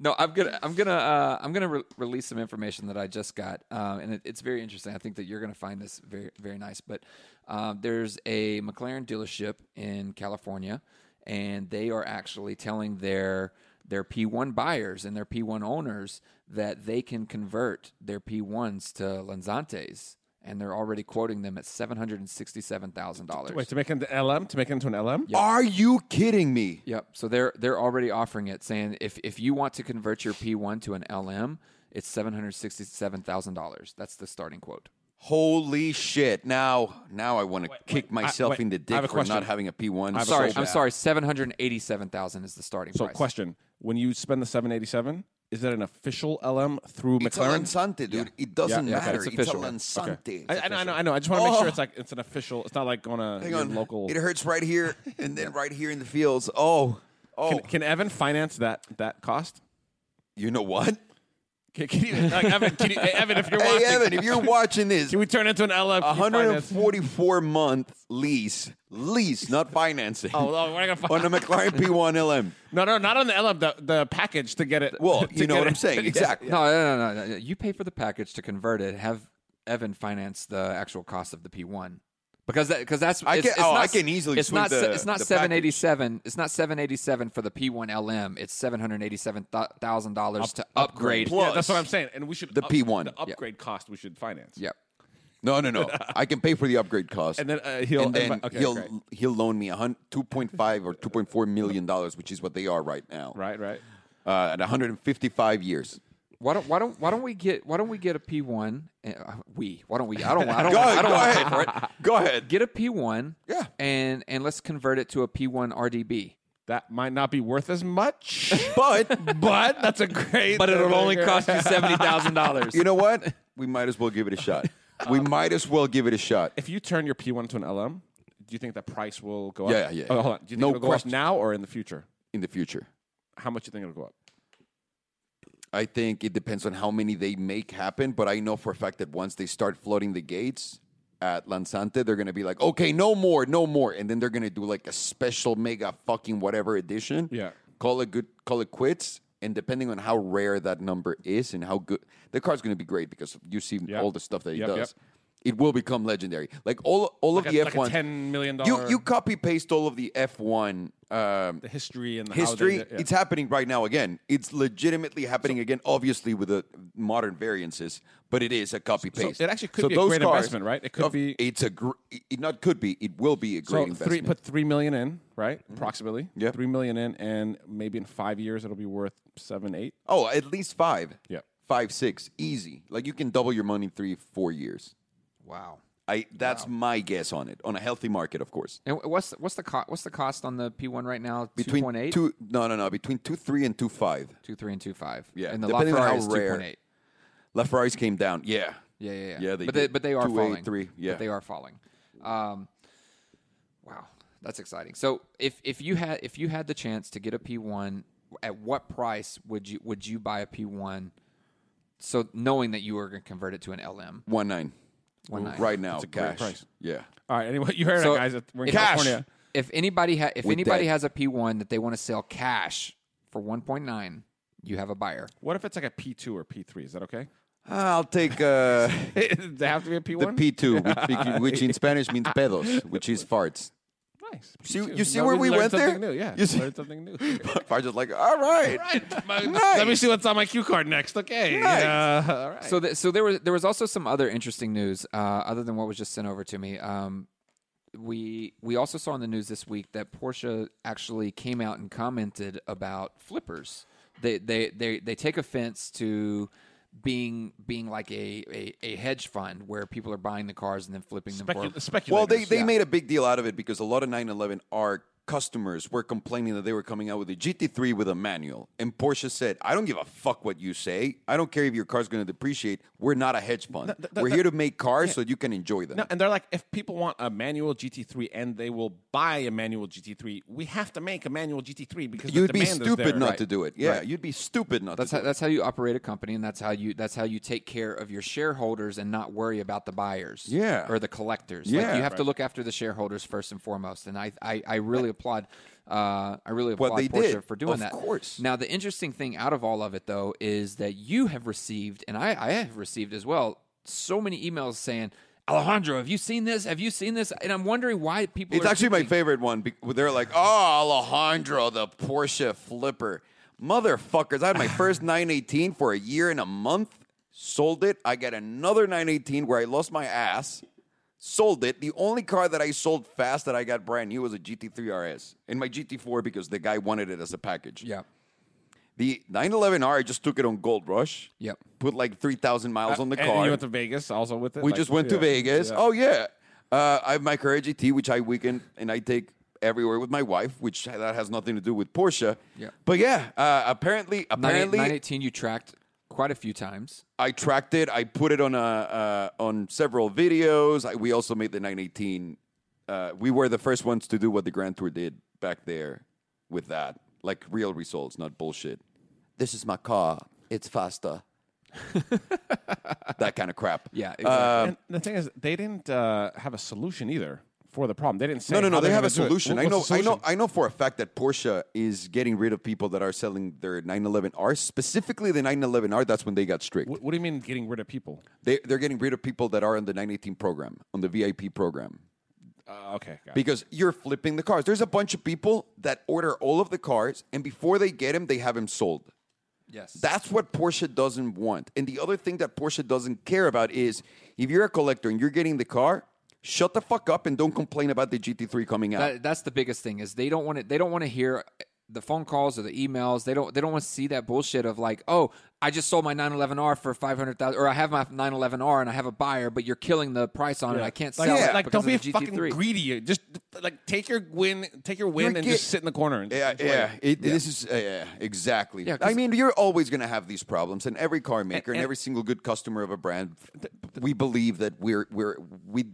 S2: no, I'm gonna I'm gonna uh, I'm gonna re- release some information that I just got, um, and it, it's very interesting. I think that you're gonna find this very very nice. But um, there's a McLaren dealership in California, and they are actually telling their their P1 buyers and their P1 owners that they can convert their P1s to Lanzantes, and they're already quoting them at seven hundred and sixty-seven thousand dollars.
S3: Wait, to make into LM, to make into an LM.
S1: Are you kidding me?
S2: Yep. So they're they're already offering it, saying if if you want to convert your P1 to an LM, it's seven hundred sixty seven thousand dollars. That's the starting quote.
S1: Holy shit! Now, now I want to kick myself
S3: wait,
S1: in the
S3: I have
S1: dick
S3: a
S1: for not
S3: question.
S1: having a P one.
S3: have a
S2: Sorry,
S3: question.
S2: I'm sorry. Seven hundred eighty seven thousand is the starting
S3: So,
S2: price.
S3: question: When you spend the seven eighty seven, is that an official LM through
S1: It's a
S3: McLaren?
S1: Lansante, dude. It doesn't
S3: Yeah, okay.
S1: matter.
S2: It's
S1: It's,
S2: official.
S1: a
S2: Okay.
S1: Lansante. It's
S3: I, I know, I
S1: official.
S3: know, I know. I just want to make
S1: Oh.
S3: sure it's like it's an official. It's not like going to
S1: Hang on.
S3: local.
S1: It hurts right here and then right here in the fields. Oh, oh.
S3: Can, can Evan finance that that cost?
S1: you know what?
S3: [LAUGHS] Can, can you, like, Evan, can you, hey, Evan, if [LAUGHS] you're
S1: Hey,
S3: watching,
S1: Evan, if you're watching this,
S3: [LAUGHS] can we turn into an LM? Can you finance-
S1: 144 month lease, lease, not financing.
S3: Oh, no, we're not gonna
S1: [LAUGHS] on
S3: find.
S1: a McLaren P1 LM.
S3: No, no, not on the LM. The, the package to get it.
S1: Well,
S3: [LAUGHS] to
S1: you know
S3: get
S1: what
S3: it.
S1: I'm saying. Exactly.
S2: No, no, no, no, no. You pay for the package to convert it. Have Evan finance the actual cost of the P1. Because that, because that's
S1: I
S2: it's-
S1: can-
S2: it's
S1: oh,
S2: not-
S1: I can easily
S2: It's
S1: smooth
S2: not
S1: the-
S2: it's not
S1: the
S2: seven eighty seven. It's not seven eighty seven for the P one LM. It's seven hundred eighty seven thousand dollars to upgrade.
S1: Plus-
S3: Yeah, that's what I'm saying. And we should
S1: The P1.
S3: the upgrade cost we should finance.
S2: Yep.
S1: No, no,
S3: [LAUGHS]
S1: no. I can pay for the upgrade cost.
S3: And then uh, he'll
S1: and then
S3: invi- okay,
S1: he'll
S3: great.
S1: he'll loan me a hun- 2.5 or 2.4 million dollars, which is what they are right now.
S3: right, right.
S1: Uh, at 155 years.
S2: Why don't why don't why don't we get why don't we get a P one? Uh, we why don't we?
S1: [LAUGHS]
S2: I don't I don't
S1: Go
S2: I
S1: ahead.
S2: don't
S1: Go
S2: want to
S1: ahead.
S2: pay for it.
S1: Go ahead.
S2: Get a P one.
S1: Yeah.
S2: And and let's convert it to a P one RDB.
S3: That might not be worth as much, [LAUGHS]
S1: But
S3: but that's a great.
S2: But
S1: [LAUGHS]
S2: it'll only
S3: Yeah.
S2: cost you seventy thousand dollars.
S1: you know what? We might as well give it a shot. We might as well give it a shot.
S3: [LAUGHS] if you turn your P1 to an LM, do you think the price will go
S1: Yeah,
S3: up?
S1: yeah, yeah.
S3: Oh, hold on. Do you think
S1: No
S3: it'll
S1: question.
S3: go up now or in the future?
S1: in the future.
S3: How much do you think it'll go up?
S1: I think it depends on how many they make happen, but I know for a fact that once they start flooding the gates at Lansante, they're going to be like, okay, no more, no more. And then they're going to do like a special mega fucking whatever edition.
S3: Yeah.
S1: Call it good, call it quits. And depending on how rare that number is and how good the car's going to be great because you see
S3: Yep.
S1: all the stuff that he
S3: Yep,
S1: does.
S3: yep.
S1: It will become legendary. Like all, all
S3: Like
S1: of
S3: a-
S1: the
S3: like a
S1: F1.
S3: $10 million
S1: You, you copy paste all of the F1 um,
S3: The history and the
S1: history
S3: How they, yeah.
S1: it's happening right now again it's legitimately happening again obviously with the modern variances but it is a copy paste
S3: it actually could be a great investment, right? It could
S1: of-
S3: be-
S1: it's a gr- it not could be it will be a great
S3: so
S1: investment Mm-hmm.
S3: three put three million in, right? Approximately.
S1: Yeah.
S3: Three million in, and maybe in five years it'll be worth seven, eight.
S1: oh at least five
S3: Yeah.
S1: five six easy like you can double your money in three four years
S2: wow.
S1: i that's my guess on it on a healthy market of course
S2: And what's what's the co- what's the cost on the P one right now?
S1: between
S2: 2.8?
S1: two no no no between two three and two five
S2: two three and two five.
S1: Yeah,
S2: And the
S1: depending on
S2: LaFerrari
S1: how
S2: is two
S1: rare.
S2: point eight.
S1: left ferraris came down yeah
S2: Yeah, yeah, yeah.
S1: yeah they
S2: but
S1: did.
S2: they but they are
S1: Two, eight,
S2: falling.
S1: three
S2: But
S1: yeah
S2: they are falling. Um, wow, that's exciting. So if if you had if you had the chance to get a P1, at what price would you would you buy a P1? So knowing that you were going to convert it to an LM.
S1: One nine.
S2: One nine.
S1: Right now,
S3: a great
S1: cash.
S3: price.
S1: Yeah.
S3: All right. Anyway, [LAUGHS] you heard
S2: So
S3: it, guys. We're in
S2: if-
S3: California.
S2: If anybody ha- if
S1: With
S2: anybody
S1: that-
S2: has a P1 that they want to sell cash for 1.9, you have a buyer.
S3: What if it's like a P two or P three? Is that okay? [LAUGHS]
S1: I'll take uh,
S3: Does it have to be a P
S1: the
S3: one?
S1: P two, which, which
S3: [LAUGHS]
S1: in Spanish means pedos, which is farts.
S3: Nice.
S1: See-
S3: P2.
S1: you see
S3: Now
S1: where we
S3: learned
S1: went
S3: something
S1: there?
S3: New. Yeah.
S1: You see-
S3: Learned
S1: [LAUGHS]
S3: something new. [LAUGHS]
S1: Farts is like, all right.
S3: My-
S1: Nice.
S3: Let me see what's on my cue card next. Okay.
S1: Nice.
S3: Uh, all right.
S2: So, th- so there was there was also some other interesting news uh, other than what was just sent over to me. Um, we we also saw in the news this week that Porsche actually came out and commented about flippers. They they they, they take offense to being being like a, a, a hedge fund where people are buying the cars and then flipping them for
S3: Specu- speculators.
S1: Well, they, they
S3: yeah.
S1: made a big deal out of it because a lot of 911 are customers were complaining that they were coming out with a GT3 with a manual. And Porsche said, I don't give a fuck what you say. I don't care if your car's going to depreciate. We're not a hedge fund. we're here to make cars so you can enjoy them.
S3: No, and they're like, if people want a manual GT3 and they will buy a manual GT3, we have to make a manual GT3 because the
S1: You'd be
S3: demand is
S1: stupid
S3: there.
S1: not
S3: Right.
S1: to do it. Yeah, you'd be stupid not
S2: that's
S1: to
S2: how,
S1: do
S2: that's how you operate a company and that's how you that's how you take care of your shareholders and not worry about the buyers
S1: Yeah.
S2: or the collectors
S1: Yeah.
S2: like you have to look after the shareholders first and foremost and i i, I really applaud uh, I really
S1: What
S2: applaud
S1: they
S2: Porsche
S1: did,
S2: for doing
S1: of
S2: that.
S1: course.
S2: Now the interesting thing out of all of it though is that you have received and I, I have received as well so many emails saying, Alejandro, have you seen this? Have you seen this? And I'm wondering why people
S1: It's
S2: are
S1: actually my
S2: thinking-
S1: favorite one. be- They're like, "Oh, Alejandro, the Porsche flipper, motherfuckers! I had my
S3: [LAUGHS]
S1: first 918 for a year and a month, sold it. I got another 918 where I lost my ass, sold it. The only car that I sold fast that I got brand new was a GT3 RS and my GT4 because the guy wanted it as a package.
S2: Yeah.
S1: The 911R, I just took it on Gold Rush.
S2: Yep.
S1: Put like 3,000 miles on the
S3: Uh, And
S1: car.
S3: you went to Vegas also with it.
S1: We
S3: Like,
S1: just went to
S3: yeah.
S1: Vegas.
S3: Yeah.
S1: Oh yeah, uh, I have my Carrera GT, which I weekend and I take everywhere with my wife, which that has nothing to do with Porsche.
S2: Yeah.
S1: But yeah, uh, apparently,
S2: 9,
S1: apparently,
S2: 918 you tracked quite a few times.
S1: I tracked it. I put it on a uh, on several videos. I, we also made the 918. Uh, we were the first ones to do what the Grand Tour did back there with that, like real results, not bullshit. This is my car. It's
S3: [LAUGHS]
S1: faster. that kind of crap. Uh,
S2: Yeah, exactly.
S3: And the thing is, they didn't uh, have a solution either for the problem. They didn't say.
S1: No, no,
S3: how
S1: no. They
S3: they're
S1: have a
S3: gonna do it.
S1: solution.
S3: What-
S1: I know.
S3: what's the
S1: I know.
S3: solution?
S1: I know for a fact that Porsche is getting rid of people that are selling their 911R, specifically the 911R. That's when they got strict.
S3: What, what do you mean getting rid of people?
S1: They, they're getting rid of people that are on the 918 program, on the VIP program,
S3: Uh, okay. got it.
S1: because you're flipping the cars. There's a bunch of people that order all of the cars, and before they get them, they have them sold.
S2: Yes.
S1: That's what Porsche doesn't want. And the other thing that Porsche doesn't care about is if you're a collector and you're getting the car, shut the fuck up and don't complain about the GT3 coming out.
S2: That, that's the biggest thing is they don't want to they don't want to hear the phone calls or the emails. They don't they don't want to see that bullshit of like, "Oh, I just sold my 911R for 500,000 or I have my 911R and I have a buyer, but you're killing the price on it. I can't sell
S3: like,
S1: yeah,
S2: it."
S3: like
S2: because
S3: don't be a
S2: of the
S3: fucking
S2: GT3.
S3: greedy. Just like take your win, take your win,
S1: You're
S3: and
S1: get-
S3: just sit in the corner. And
S1: Yeah,
S3: enjoy
S1: yeah.
S3: it.
S1: It, This is uh, yeah, exactly.
S2: Yeah, 'cause-
S1: I mean, you're always going to have these problems, and every car maker and,
S3: and-
S1: every single good customer of a brand, we believe that we're we're we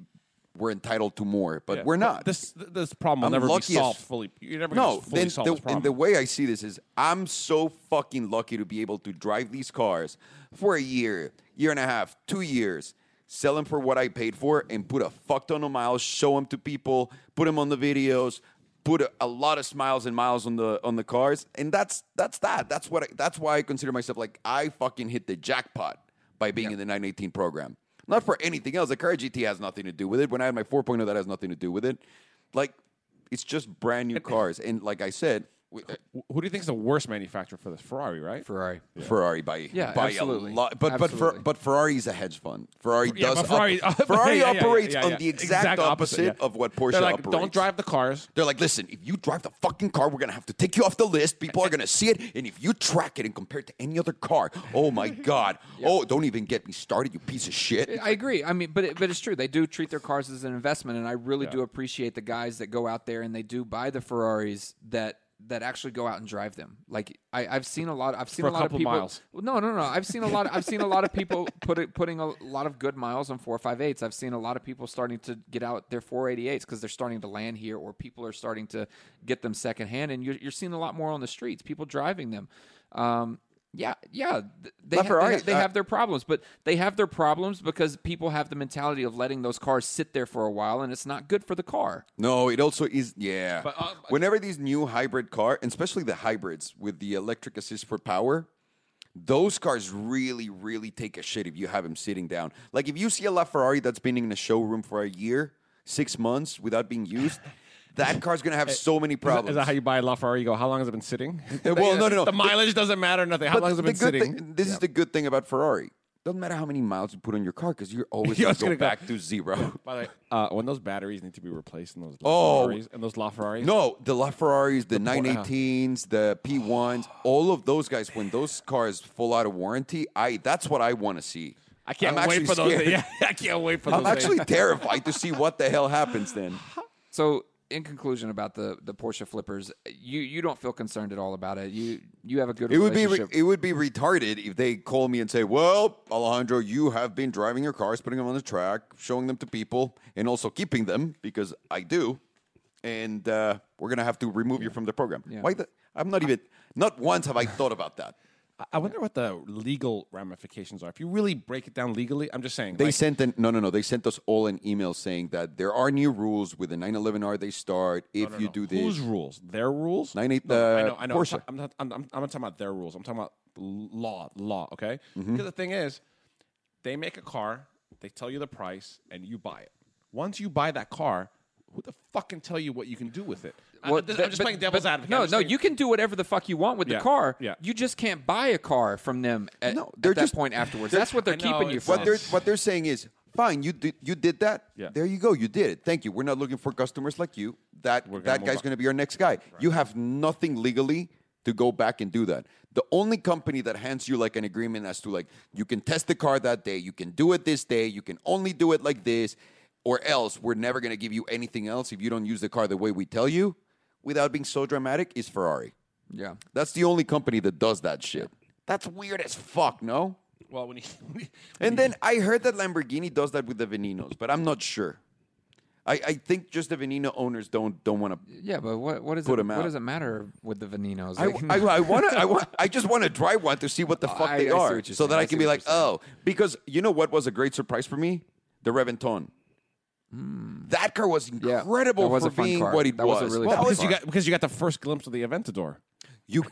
S1: we're entitled to more, but
S3: Yeah.
S1: we're not.
S3: This this problem will
S1: I'm
S3: never
S1: lucky
S3: be
S1: as-
S3: solved fully. You're never
S1: no,
S3: going to fully
S1: then
S3: solve
S1: the,
S3: this
S1: and
S3: problem.
S1: the way I see this is, I'm so fucking lucky to be able to drive these cars for a year, year and a half, two years, sell them for what I paid for, and put a fuck ton of miles, show them to people, put them on the videos, put a, a lot of smiles and miles on the on the cars, and that's that's that. That's what I, that's why I consider myself like I fucking hit the jackpot by being in the 918 program. Not for anything else. The car GT has nothing to do with it. When I had my 4.0, that has nothing to do with it. Like, it's just brand new cars. And like I said, we, uh,
S3: Who do you think is the worst manufacturer for this? Ferrari, right?
S2: Ferrari.
S1: Ferrari by
S2: Yeah,
S1: by
S2: absolutely.
S1: a lot, but but Fer,
S2: Absolutely.
S1: but Ferrari is a hedge fund. Ferrari does
S3: yeah, but Ferrari,
S1: op-
S3: [LAUGHS] yeah,
S1: Ferrari
S3: yeah, yeah,
S1: operates
S3: yeah, yeah,
S1: on the
S3: yeah.
S1: exact, opposite,
S3: yeah.
S1: of what Porsche
S3: They're like,
S1: operates.
S3: Don't drive the cars.
S1: They're like, listen, if you drive the fucking car, we're gonna have to take you off the list. People are gonna see it, and if you track it and compare it to any other car, oh
S3: [LAUGHS]
S1: my god, oh, don't even get me started, you piece of shit.
S2: I agree. I mean, but it, but it's true. They do treat their cars as an investment, and I really do appreciate the guys that go out there and they do buy the Ferraris that that actually go out and drive them. Like I, I've seen a lot. I've seen
S3: For
S2: a
S3: a
S2: lot
S3: couple
S2: of people.
S3: miles.
S2: No, no, no. I've seen a lot. I've seen a lot of people put it, putting a lot of good miles on four five eights. I've seen a lot of people starting to get out their four eighty eights because they're starting to land here, or people are starting to get them secondhand, and you're, you're seeing a lot more on the streets. People driving them. Um, yeah, yeah. th- They, ha-
S1: Ferraris,
S2: they, they
S1: uh,
S2: have their problems, but they have their problems because people have the mentality of letting those cars sit there for a while, and it's not good for the car.
S1: No, it also is. Yeah.
S3: But, uh,
S1: Whenever these new hybrid car, and especially the hybrids with the electric assist for power, those cars really, really take a shit if you have them sitting down. Like if you see a LaFerrari that's been in a showroom for a year, six months without being
S3: [LAUGHS]
S1: used, that car's gonna have so many problems.
S3: Eh,
S1: Uh,
S3: Is that how you buy a LaFerrari? You go, how long has it been sitting?
S1: well, no, no, no.
S3: [LAUGHS] The mileage doesn't matter, nothing. How
S1: But
S3: long has it
S1: the
S3: been
S1: good
S3: sitting?
S1: thing- this is the good thing about Ferrari. Doesn't matter how many miles you put on your car because you're always
S3: [LAUGHS] You're
S1: gonna
S3: always
S1: go
S3: gonna go-
S1: back to zero.
S3: By the way, uh, when those batteries need to be replaced in those
S1: Oh.
S3: LaFerraris, and those LaFerraris,
S1: No, the LaFerraris, the
S3: uh-huh.
S1: 918s, the P1s, all of those guys, when those cars fall out of warranty, I that's what I want to see.
S3: I can't
S1: I'm
S3: wait
S1: actually
S3: for
S1: [LAUGHS]
S3: those.
S1: scared.
S3: days. Yeah, [LAUGHS] I can't wait for
S1: I'm
S3: those. days.
S1: actually terrified to see what the hell happens then.
S2: So, in conclusion, about the the Porsche flippers, you you don't feel concerned at all about it. You you have a good
S1: It would be
S2: relationship.
S1: re- it would be retarded if they call me and say, "Well, Alejandro, you have been driving your cars, putting them on the track, showing them to people, and also keeping them because I do, and uh, we're gonna have to remove you from the program." Why? The- I'm not even. Not once have I thought about that.
S3: I- I wonder what the legal ramifications are. If you really break it down legally, I'm just saying.
S1: They
S3: like,
S1: sent an, no, no, no. They sent us all an email saying that there are new rules with the 911R. They start if you do this.
S3: whose rules? Their rules?
S1: Nine eight-
S3: No, I
S1: uh,
S3: know. I know.
S1: Porsche.
S3: I'm, not, I'm, not- I'm, I'm not talking about their rules. I'm talking about l- law. Law. Okay.
S2: Mm-hmm.
S3: Because the thing is, they make a car. They tell you the price, and you buy it. Once you buy that car, who the fuck can tell you what you can do with it? I-
S2: Well,
S3: I'm just,
S2: but-
S3: I'm just
S2: but-
S3: playing devil's
S2: but
S3: advocate. I'm
S2: No,
S3: just
S2: no,
S3: saying-
S2: you can do whatever the fuck you want with
S3: Yeah,
S2: the car.
S3: yeah.
S2: You just can't buy a car from them at,
S1: No,
S2: at
S1: they're
S2: that
S1: just-
S2: point afterwards.
S1: they're-
S2: That's what they're
S3: I know,
S2: keeping you
S3: it's-
S2: from.
S1: What they're what they're saying is fine. You did you did that.
S3: Yeah.
S1: There you go. You did it. Thank you. We're not looking for customers like you. That
S3: We're gonna
S1: that
S3: move
S1: guy's
S3: on.
S1: going to be our next guy. You have nothing legally to go back and do that. The only company that hands you like an agreement as to like you can test the car that day, you can do it this day, you can only do it like this, or else we're never going to give you anything else if you don't use the car the way we tell you, without being so dramatic, is Ferrari.
S2: yeah.
S1: That's the only company that does that shit. That's weird as fuck. No.
S3: Well,
S2: [LAUGHS]
S3: when you,
S1: And then I heard that Lamborghini does that with the Veninos, but I'm not sure. I, I think just the Venino owners don't don't want to.
S2: Yeah, but what what is
S1: Put
S2: it,
S1: 'em
S2: what
S1: out.
S2: does it matter with the Veninos?
S1: I,
S2: Like,
S1: I,
S2: [LAUGHS]
S1: I want to. I want. I just want to drive one to see what the fuck
S2: I- I
S1: they
S2: see
S1: are,
S2: what you're
S1: so
S2: saying.
S1: that
S2: I
S1: I,
S2: see
S1: can be
S2: what
S1: like,
S2: you're saying.
S1: oh, because you know what was a great surprise for me? The Reventon. That car was incredible
S2: Hmm. that was
S1: for
S2: a fun
S1: being
S2: car.
S1: what it
S2: That was a really
S1: Well,
S2: fun
S1: that
S3: because
S1: was
S3: you got because you got the first glimpse of the Aventador, [LAUGHS]
S1: you.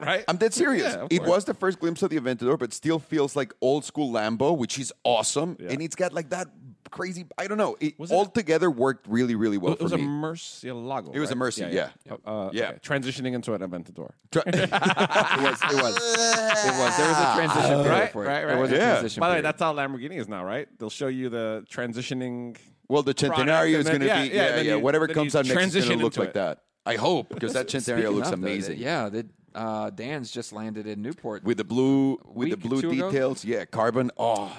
S3: right?
S1: I'm dead serious.
S3: Yeah, of
S1: it
S3: course.
S1: was the first glimpse of the Aventador, but still feels like old school Lambo, which is awesome.
S3: Yeah.
S1: And it's got like that crazy. I don't know. It
S3: Was it a-
S1: altogether worked really, really well
S3: It was
S1: for
S3: a
S1: me.
S3: Murcielago.
S1: It was a
S3: right?
S1: Mercy, yeah.
S3: Uh,
S1: Yeah.
S3: okay. Transitioning into an Aventador. [LAUGHS]
S2: it was. It was. It was. There
S1: Ah.
S2: was a transition period
S3: right,
S2: for it.
S3: right, right.
S2: There was a
S1: Yeah.
S2: transition
S3: By the way,
S2: period.
S3: that's how Lamborghini is now, right? They'll show you the transitioning.
S1: well, the Centenario
S3: Product,
S1: is going
S3: and
S1: to
S3: then- yeah,
S1: be
S3: yeah,
S1: yeah, yeah.
S3: then you-
S1: whatever
S3: then
S1: comes
S3: you
S1: out next is going
S3: transition
S1: to look
S3: into
S1: like
S3: it.
S1: that. I hope because
S3: [LAUGHS]
S1: that Centenario
S2: Speaking
S1: looks
S2: of, though, that-
S1: amazing.
S2: yeah, the uh, Dan's just landed in Newport.
S1: With the blue, with the
S2: Week or
S1: blue
S2: two ago?
S1: details, yeah, carbon. Oh,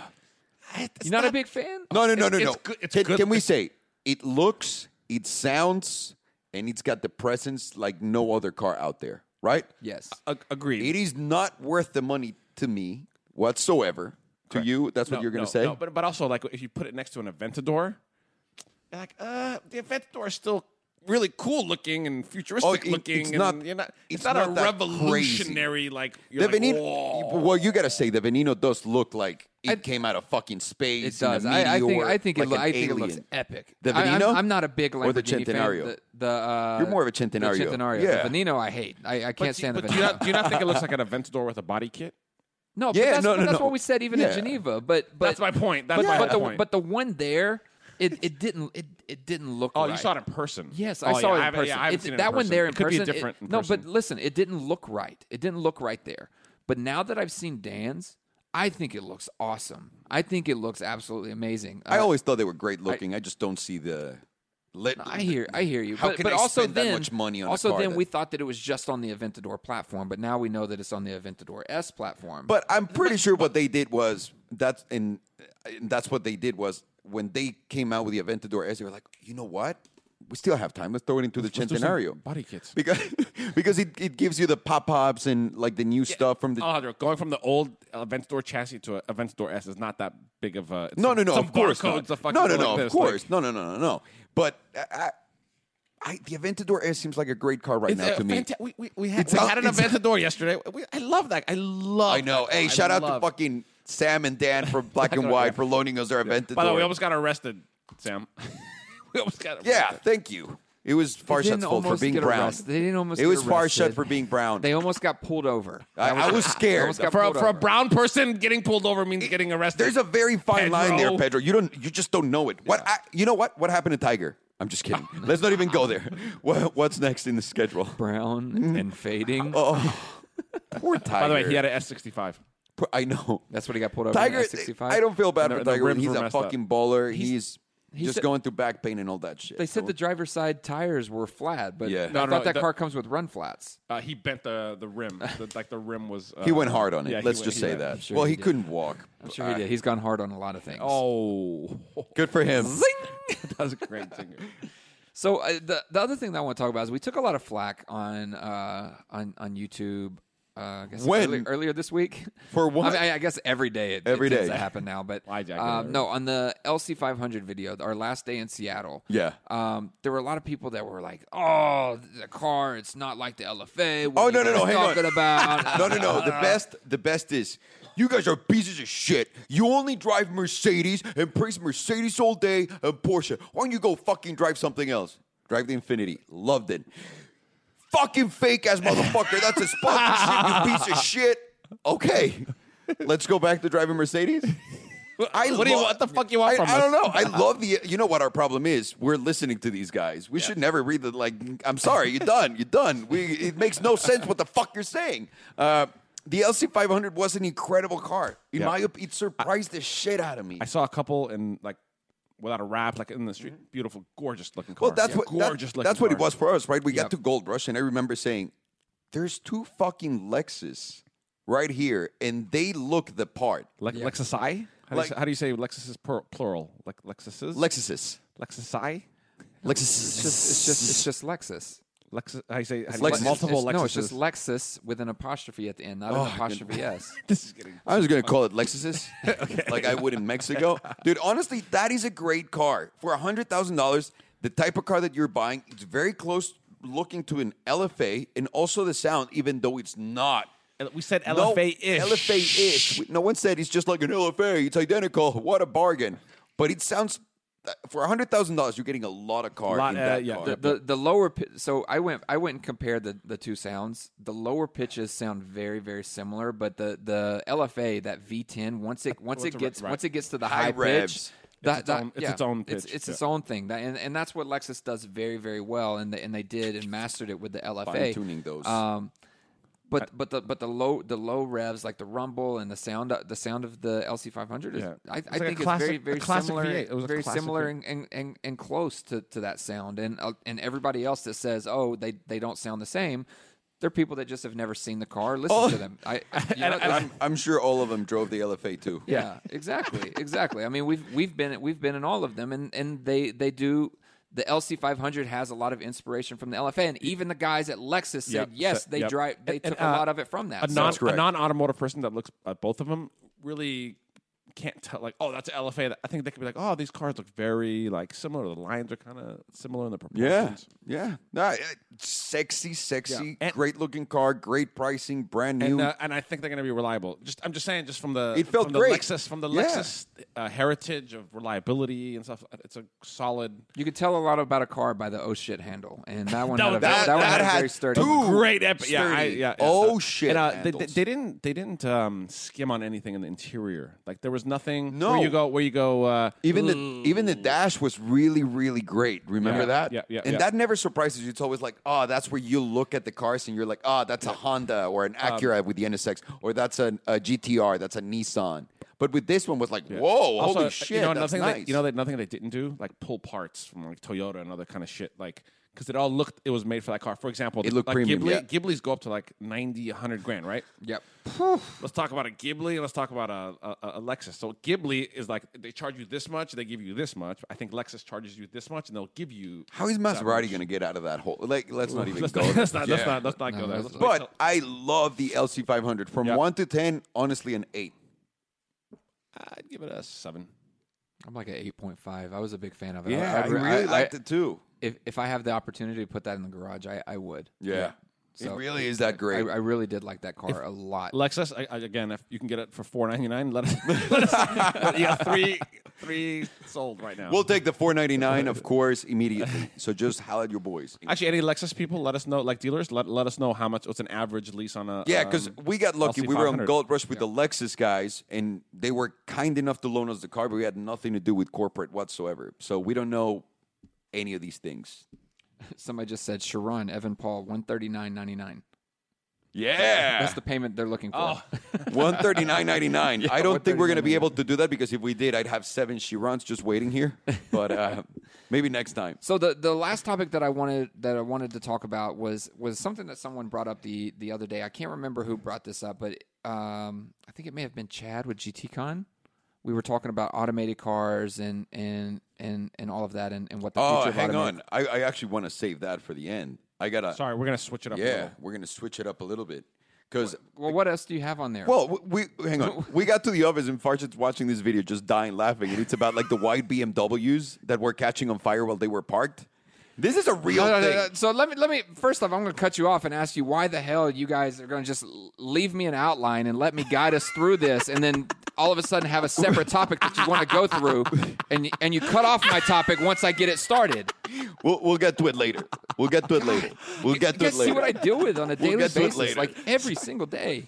S2: You're not a big fan?
S1: no, no, no,
S3: It's-
S1: no, no.
S3: it's good- it's
S1: can,
S3: good.
S1: can we say it looks, it sounds, and it's got the presence like no other car out there, right?
S2: Yes.
S3: Ag- agreed.
S1: It is not worth the money to me whatsoever. To you, that's what you're going to
S3: no,
S1: say.
S3: No, but but also like if you put it next to an Aventador, you're like uh, the Aventador is still really cool looking and futuristic
S1: Oh, it-
S3: looking.
S1: it's
S3: and
S1: not-
S3: you're not
S1: it's
S3: it's, not,
S1: not
S3: a
S1: that
S3: revolutionary like.
S1: the
S3: You're like,
S1: Veneno,
S3: "Whoa."
S1: well, you got to say the Veneno does look like it came out of fucking
S2: It
S1: space. in a
S2: does. I, I think.
S1: meteor,
S2: I think it.
S1: like
S2: Lo-
S1: an
S2: I think it
S1: alien.
S2: looks epic.
S1: The
S2: I, I'm,
S1: Veneno
S2: I'm not a big Lamborghini
S1: or the
S2: fan.
S1: Centenario?
S2: The, the, uh,
S1: You're more of a Centenario.
S2: The Centenario.
S1: Yeah.
S2: The Veneno, I hate. I, I can't
S3: But,
S2: stand
S3: do,
S2: the
S3: but do you
S2: Veneno.
S3: not, do you not think it looks like an Aventador with a body kit?
S2: No,
S1: Yeah,
S2: but that's,
S1: no,
S2: but
S1: no,
S2: that's
S1: no.
S2: what we said even in
S1: Yeah.
S2: Geneva. But, but
S3: That's my point. That's
S2: but,
S3: my
S2: but
S3: whole
S2: the,
S3: point.
S2: But the one there, it, it didn't. It, it didn't look.
S3: Oh,
S2: right.
S3: you saw it in person.
S2: Yes,
S3: Oh,
S2: I
S3: yeah,
S2: saw it in
S3: haven't-
S2: person.
S3: Yeah, I haven't
S2: It-
S3: seen it in
S2: that one
S3: person.
S2: there in
S3: it could
S2: person.
S3: be different.
S2: it-
S3: in
S2: no,
S3: person.
S2: but listen, it didn't look right. It didn't look right there. But now that I've seen Dan's, I think it looks awesome. I think it looks absolutely amazing.
S1: I
S2: Uh,
S1: always thought they were great looking. I, just don't see the. Let,
S2: I hear, I hear you.
S1: How
S2: but
S1: can
S2: but
S1: I
S2: also
S1: spend
S2: then,
S1: that much money on a
S2: also
S1: car
S2: then
S1: that-
S2: we thought that it was just on the Aventador platform, but now we know that it's on the Aventador S platform.
S1: But I'm pretty sure what they did was that's and, and that's what they did was when they came out with the Aventador S, they were like, you know what? we still have time. Let's throw it into the
S3: Let's do some
S1: Centenario.
S3: Body kits.
S1: Because, [LAUGHS] because it, it gives you the pop ups and like the new stuff from the.
S3: Alejandro, Oh, going from the old Aventador chassis to a Aventador S is not that big of a.
S1: no, no, no,
S3: some
S1: of course
S3: barcodes
S1: not.
S3: are fucking
S1: No, no,
S3: like
S1: no, of
S3: this, like-
S1: course. no, no, no, no, no. But I, I, I, the Aventador S seems like a great car right
S3: It's
S1: now
S3: a
S1: to me.
S3: fanta- we, we, we had,
S1: It's
S3: we
S1: a-
S3: had an
S1: it's-
S3: Aventador yesterday. We, I love that. I love.
S1: I know.
S3: that.
S1: Hey,
S3: Oh, I
S1: shout out
S3: love-
S1: to fucking Sam and Dan
S3: [LAUGHS]
S1: from Black and
S3: and
S1: White
S3: White.
S1: for loaning us their Aventador.
S3: By the way, we almost got arrested, Sam. [LAUGHS] we almost got arrested.
S1: yeah, thank you. It was Farshad's
S2: didn't
S1: fault for
S2: almost
S1: being
S2: get
S1: brown.
S2: arrested. They didn't almost
S1: It
S2: get
S1: was Farshad
S2: arrested.
S1: for being brown.
S2: They almost got pulled over.
S1: I, I
S2: [LAUGHS]
S1: was scared.
S2: almost got
S3: For, a,
S2: pulled
S3: for a
S2: over.
S3: brown person, getting pulled over means getting arrested.
S1: There's a very fine line there,
S3: Pedro.
S1: Pedro. You don't. You just don't know it. What? I, you know what? What happened to Tiger? I'm just
S2: [LAUGHS]
S1: kidding. Let's not even go there. [LAUGHS] What, what's next in the schedule?
S2: brown
S1: Mm.
S2: and fading.
S1: Oh. Poor [LAUGHS] Tiger.
S3: By the way, he had an S65.
S1: Poor- I
S2: [LAUGHS]
S1: know.
S2: That's what he got pulled over.
S1: Tiger.
S2: in 65.
S1: I don't feel bad
S3: And
S1: for
S3: the- the
S1: Tiger.
S3: rims
S1: He's
S3: were
S1: a
S3: messed up.
S1: fucking baller. He's,
S2: he
S1: just
S2: said-
S1: going through back pain and all that shit.
S2: They said the driver's side tires were flat, but
S1: Yeah.
S2: I
S1: No,
S2: thought
S3: no,
S2: that
S3: the-
S2: car comes with run flats.
S3: Uh, he bent the the rim.
S1: [LAUGHS]
S3: The- like the rim was. Uh,
S1: he went hard on it.
S3: yeah, he
S1: Let's
S3: went-
S1: just
S3: he
S1: say
S3: went-
S1: that.
S2: sure
S1: well,
S2: he
S1: he
S2: did.
S1: couldn't
S2: [LAUGHS]
S1: walk.
S2: I'm sure he did. Uh, He's gone hard on a lot of things.
S3: [LAUGHS] Oh,
S1: Good for him.
S3: that was a great
S1: [LAUGHS]
S3: singer.
S2: So uh, the the other thing that I want to talk about is we took a lot of flack on uh, on on YouTube. Uh, I guess
S1: When?
S2: earlier, earlier this week
S1: For what?
S2: [LAUGHS] I, mean, I, I guess every day it,
S1: Every
S2: it tends
S1: day.
S2: to happen now, but
S3: I jack it
S2: um,
S3: every-
S2: no, on the LC 500 video, our last day in Seattle.
S1: Yeah.
S2: um, there were a lot of people that were like, "Oh, the car, it's not like the LFA." What
S1: Oh,
S2: are
S1: no,
S2: you
S1: no, no,
S2: guys
S1: hang on.
S2: talking
S1: [LAUGHS]
S2: about
S1: no, no, no. The best, the best is you guys are pieces of shit. You only drive Mercedes and praise Mercedes all day and Porsche. Why don't you go fucking drive something else? Drive the Infinity. Loved it. Fucking fake ass motherfucker. That's a sponsorship. You piece of shit. Okay, let's go back to driving Mercedes. I
S3: What do you-
S1: lo-
S3: what the fuck you want
S1: I,
S3: from
S1: I
S3: us?
S1: don't know.
S3: [LAUGHS]
S1: I love the. You know what our problem is? We're listening to these guys. We should never read the like. I'm sorry, you're done. You're done. We. It makes no sense what the fuck you're saying. Uh, the LC500 was an incredible car. In
S3: Yeah.
S1: my opinion, it surprised the shit out of me.
S3: I saw a couple in like without a wrap, like in the street. Beautiful, gorgeous looking car.
S1: Mm-hmm. well, that's what that-
S3: gorgeous looking.
S1: that's what it
S3: car.
S1: was for us, right? We got
S2: Yep.
S1: to Gold Rush, and I remember saying, "There's two fucking Lexus right here, and they look the part."
S3: Le-
S2: Yeah.
S3: Lexus I. How,
S1: Like-
S3: do you, say- how do you say Lexus is plur- plural? Like Lexuses.
S1: Lexuses.
S3: Lexus I.
S1: Lexuses.
S2: It's just it's just Lexus.
S3: Lexus. How do you say? How do you
S1: Lexus.
S3: say multiple
S2: It's-
S3: Lexuses. Oh,
S2: No, it's just Lexus with an apostrophe at the end, not an apostrophe s.
S3: this is getting.
S1: I was going to call it Lexuses, like I would in Mexico. Dude, honestly, that is a great car. For $100,000, the type of car that you're buying, it's very close looking to an LFA and also the sound, even though it's not.
S3: We said
S1: Uh, No-
S3: LFA ish.
S1: LFA-ish. No one said it's just like an LFA. It's identical. What a bargain. But it sounds, uh, for $100,000, you're getting a lot of car
S3: Lot,
S1: in
S3: uh,
S1: that
S3: yeah.
S1: car.
S2: the, the the lower pi- so I went I went and compared the, the two sounds. The lower pitches sound very very similar, but the, the LFA that V10 once it once it
S3: a-
S2: gets
S3: right.
S2: once it gets to the
S1: High
S2: high,
S1: revs.
S2: pitch, that,
S3: its
S2: that-
S3: own- it's
S2: yeah,
S3: its own
S2: It's,
S3: pitch,
S2: it's
S3: yeah.
S2: its own thing, That- and and that's what Lexus does very very well, and they, and they did and mastered it with the LFA
S1: Fine-tuning those.
S2: Um, but but the but the low the low revs like the rumble and the sound the sound of the LC 500 is
S3: Yeah.
S2: I,
S3: It's
S2: I
S3: like a
S2: think
S3: classic-
S2: it's
S3: a
S2: very very
S3: classic
S2: similar
S3: V8. It was a
S2: very
S3: classic
S2: similar
S3: V8.
S2: and, and, and, and close to, to that sound and uh, and everybody else that says oh they, they don't sound the same they're people that just have never seen the car listen
S3: Oh.
S2: to them
S3: [LAUGHS]
S2: I, I- you know, there's-
S1: I'm, I'm sure all of them drove the LFA too.
S2: yeah exactly exactly I mean we've we've been we've been in all of them and, and they they do the LC 500 has a lot of inspiration from the LFA and even the guys at Lexus said
S3: Yep,
S2: yes
S3: so-
S2: they
S3: yep.
S2: drive they
S3: And-
S2: took
S3: and,
S2: a
S3: uh,
S2: lot of it from that
S3: a
S2: So-
S3: non
S1: correct.
S3: a non automotive person that looks at both of them really can't tell like oh that's an LFA. I think they could be like oh these cars look very like similar. The lines are kind of similar in the
S1: Yeah,
S3: proportions.
S1: yeah. No, uh, sexy, sexy,
S3: Yeah. And-
S1: great looking car, great pricing, brand new.
S3: And, uh, and I think they're going to be reliable. Just I'm just saying, just from the
S1: It felt
S3: from the
S1: great.
S3: Lexus from the
S1: Yeah.
S3: Lexus uh, heritage of reliability and stuff. It's a solid,
S2: You could tell a lot about a car by the oh shit handle, and
S1: [LAUGHS]
S2: that one
S3: No,
S2: had a,
S3: that-
S2: that, one
S1: that
S2: had,
S1: had
S2: a very sturdy.
S1: two- Ooh,
S3: great epic. Yeah, I,
S1: sturdy.
S3: yeah, yeah.
S1: Oh,
S3: Uh,
S1: shit,
S3: And, uh, they, they,
S1: handles.
S3: they didn't they didn't um, skim on anything in the interior. Like there was nothing.
S1: No.
S3: where you go where you go. Uh,
S1: even the even the dash was really really great. Remember
S3: Yeah,
S1: that?
S3: yeah, yeah,
S1: And
S3: yeah.
S1: that never surprises you. It's always like, oh, that's where you look at the cars and you're like, ah,
S3: Um,
S1: oh, that's a Honda or an Acura with the NSX, or that's an, a GTR, that's a Nissan. But with this one was like, whoa,
S3: also, uh,
S1: holy shit,
S3: You know,
S1: that's
S3: nothing
S1: nice.
S3: they, you know that nothing they didn't do, like pull parts from like Toyota and other kind of shit, like because it all looked it was made for that car. For example,
S1: It looked
S3: like
S1: premium,
S3: Ghibli,
S1: yeah.
S3: Ghibli's go up to like 90, 100 grand, right?
S2: Yep.
S3: Let's talk about a Ghibli and let's talk about a, a, a Lexus. So Ghibli is like they charge you this much, they give you this much. I think Lexus charges you this much, and they'll give you.
S1: How is Maserati going to get out of that hole? Like, let's not even
S3: Let's
S1: go.
S3: not,
S1: there.
S3: let's not, let's
S1: Yeah.
S3: not, let's not go there.
S2: that's-
S3: Let's wait
S1: But I love the LC500. From
S3: Yeah.
S1: 1 to 10, honestly, an 8.
S3: till- I'd give it a seven.
S2: I'm like an 8.5. I was a big fan of it.
S1: Yeah, I,
S2: re-
S1: really
S2: I-
S1: liked
S2: I-
S1: it too.
S2: If if I have the opportunity to put that in the garage, I, I would.
S1: Yeah.
S2: So-
S1: it really is that
S2: I,
S1: great.
S2: I really did like that car a lot.
S3: Lexus, I, I, again, if you can get it for four ninety
S1: [LAUGHS]
S3: nine, let us. let us but yeah, three, three sold right now.
S1: we'll take the 499, of course, [LAUGHS] immediately. so just howl at your boys.
S3: Actually, any Lexus people, let us know. Like dealers, let, let us know how much what's an average lease on a.
S1: Yeah, because
S3: um,
S1: we got lucky. We were on
S3: LC500.
S1: Gold Rush with the Lexus guys, and they were kind enough to loan us the car, but we had nothing to do with corporate whatsoever. So we don't know any of these things.
S2: Somebody just said Sharon Evan Paul 139.99.
S1: Yeah, Oh.
S2: That's the payment they're looking for.
S1: [LAUGHS] one thirty nine ninety nine. I don't think we're gonna be
S2: $139.99.
S1: able to do that because if we did, I'd have seven Chirons just waiting here. But [LAUGHS] uh, maybe next time.
S2: So the the last topic that I wanted that I wanted to talk about was was something that someone brought up the the other day. I can't remember who brought this up, but um, I think it may have been Chad with GTCon. We were talking about automated cars and and and and all of that and, and what the
S1: Oh,
S2: future of
S1: hang
S2: automated-
S1: on. I, I actually want to save that for the end. I gotta.
S3: Sorry, we're gonna switch it up. A
S1: Yeah,
S3: little.
S1: we're gonna switch it up a little bit because
S2: Well, what else do you have on there?
S1: Well, w- we hang on. we got to the office and Farshad's watching this video, just dying laughing, and it's about like the white BMWs that were catching on fire while they were parked. This is a real
S2: No, no, no,
S1: thing.
S2: no. So let me let me first off, I'm going to cut you off and ask you why the hell you guys are going to just l- leave me an outline and let me guide us through this, and then all of a sudden have a separate topic that you want to go through, and y- and you cut off my topic once I get it started.
S1: We'll, we'll get to it later. We'll get to it later. We'll get
S2: You
S1: to it
S2: guys see
S1: later.
S2: what I deal with on a daily
S1: get to it
S2: basis,
S1: later.
S2: like every
S1: [LAUGHS]
S2: single day.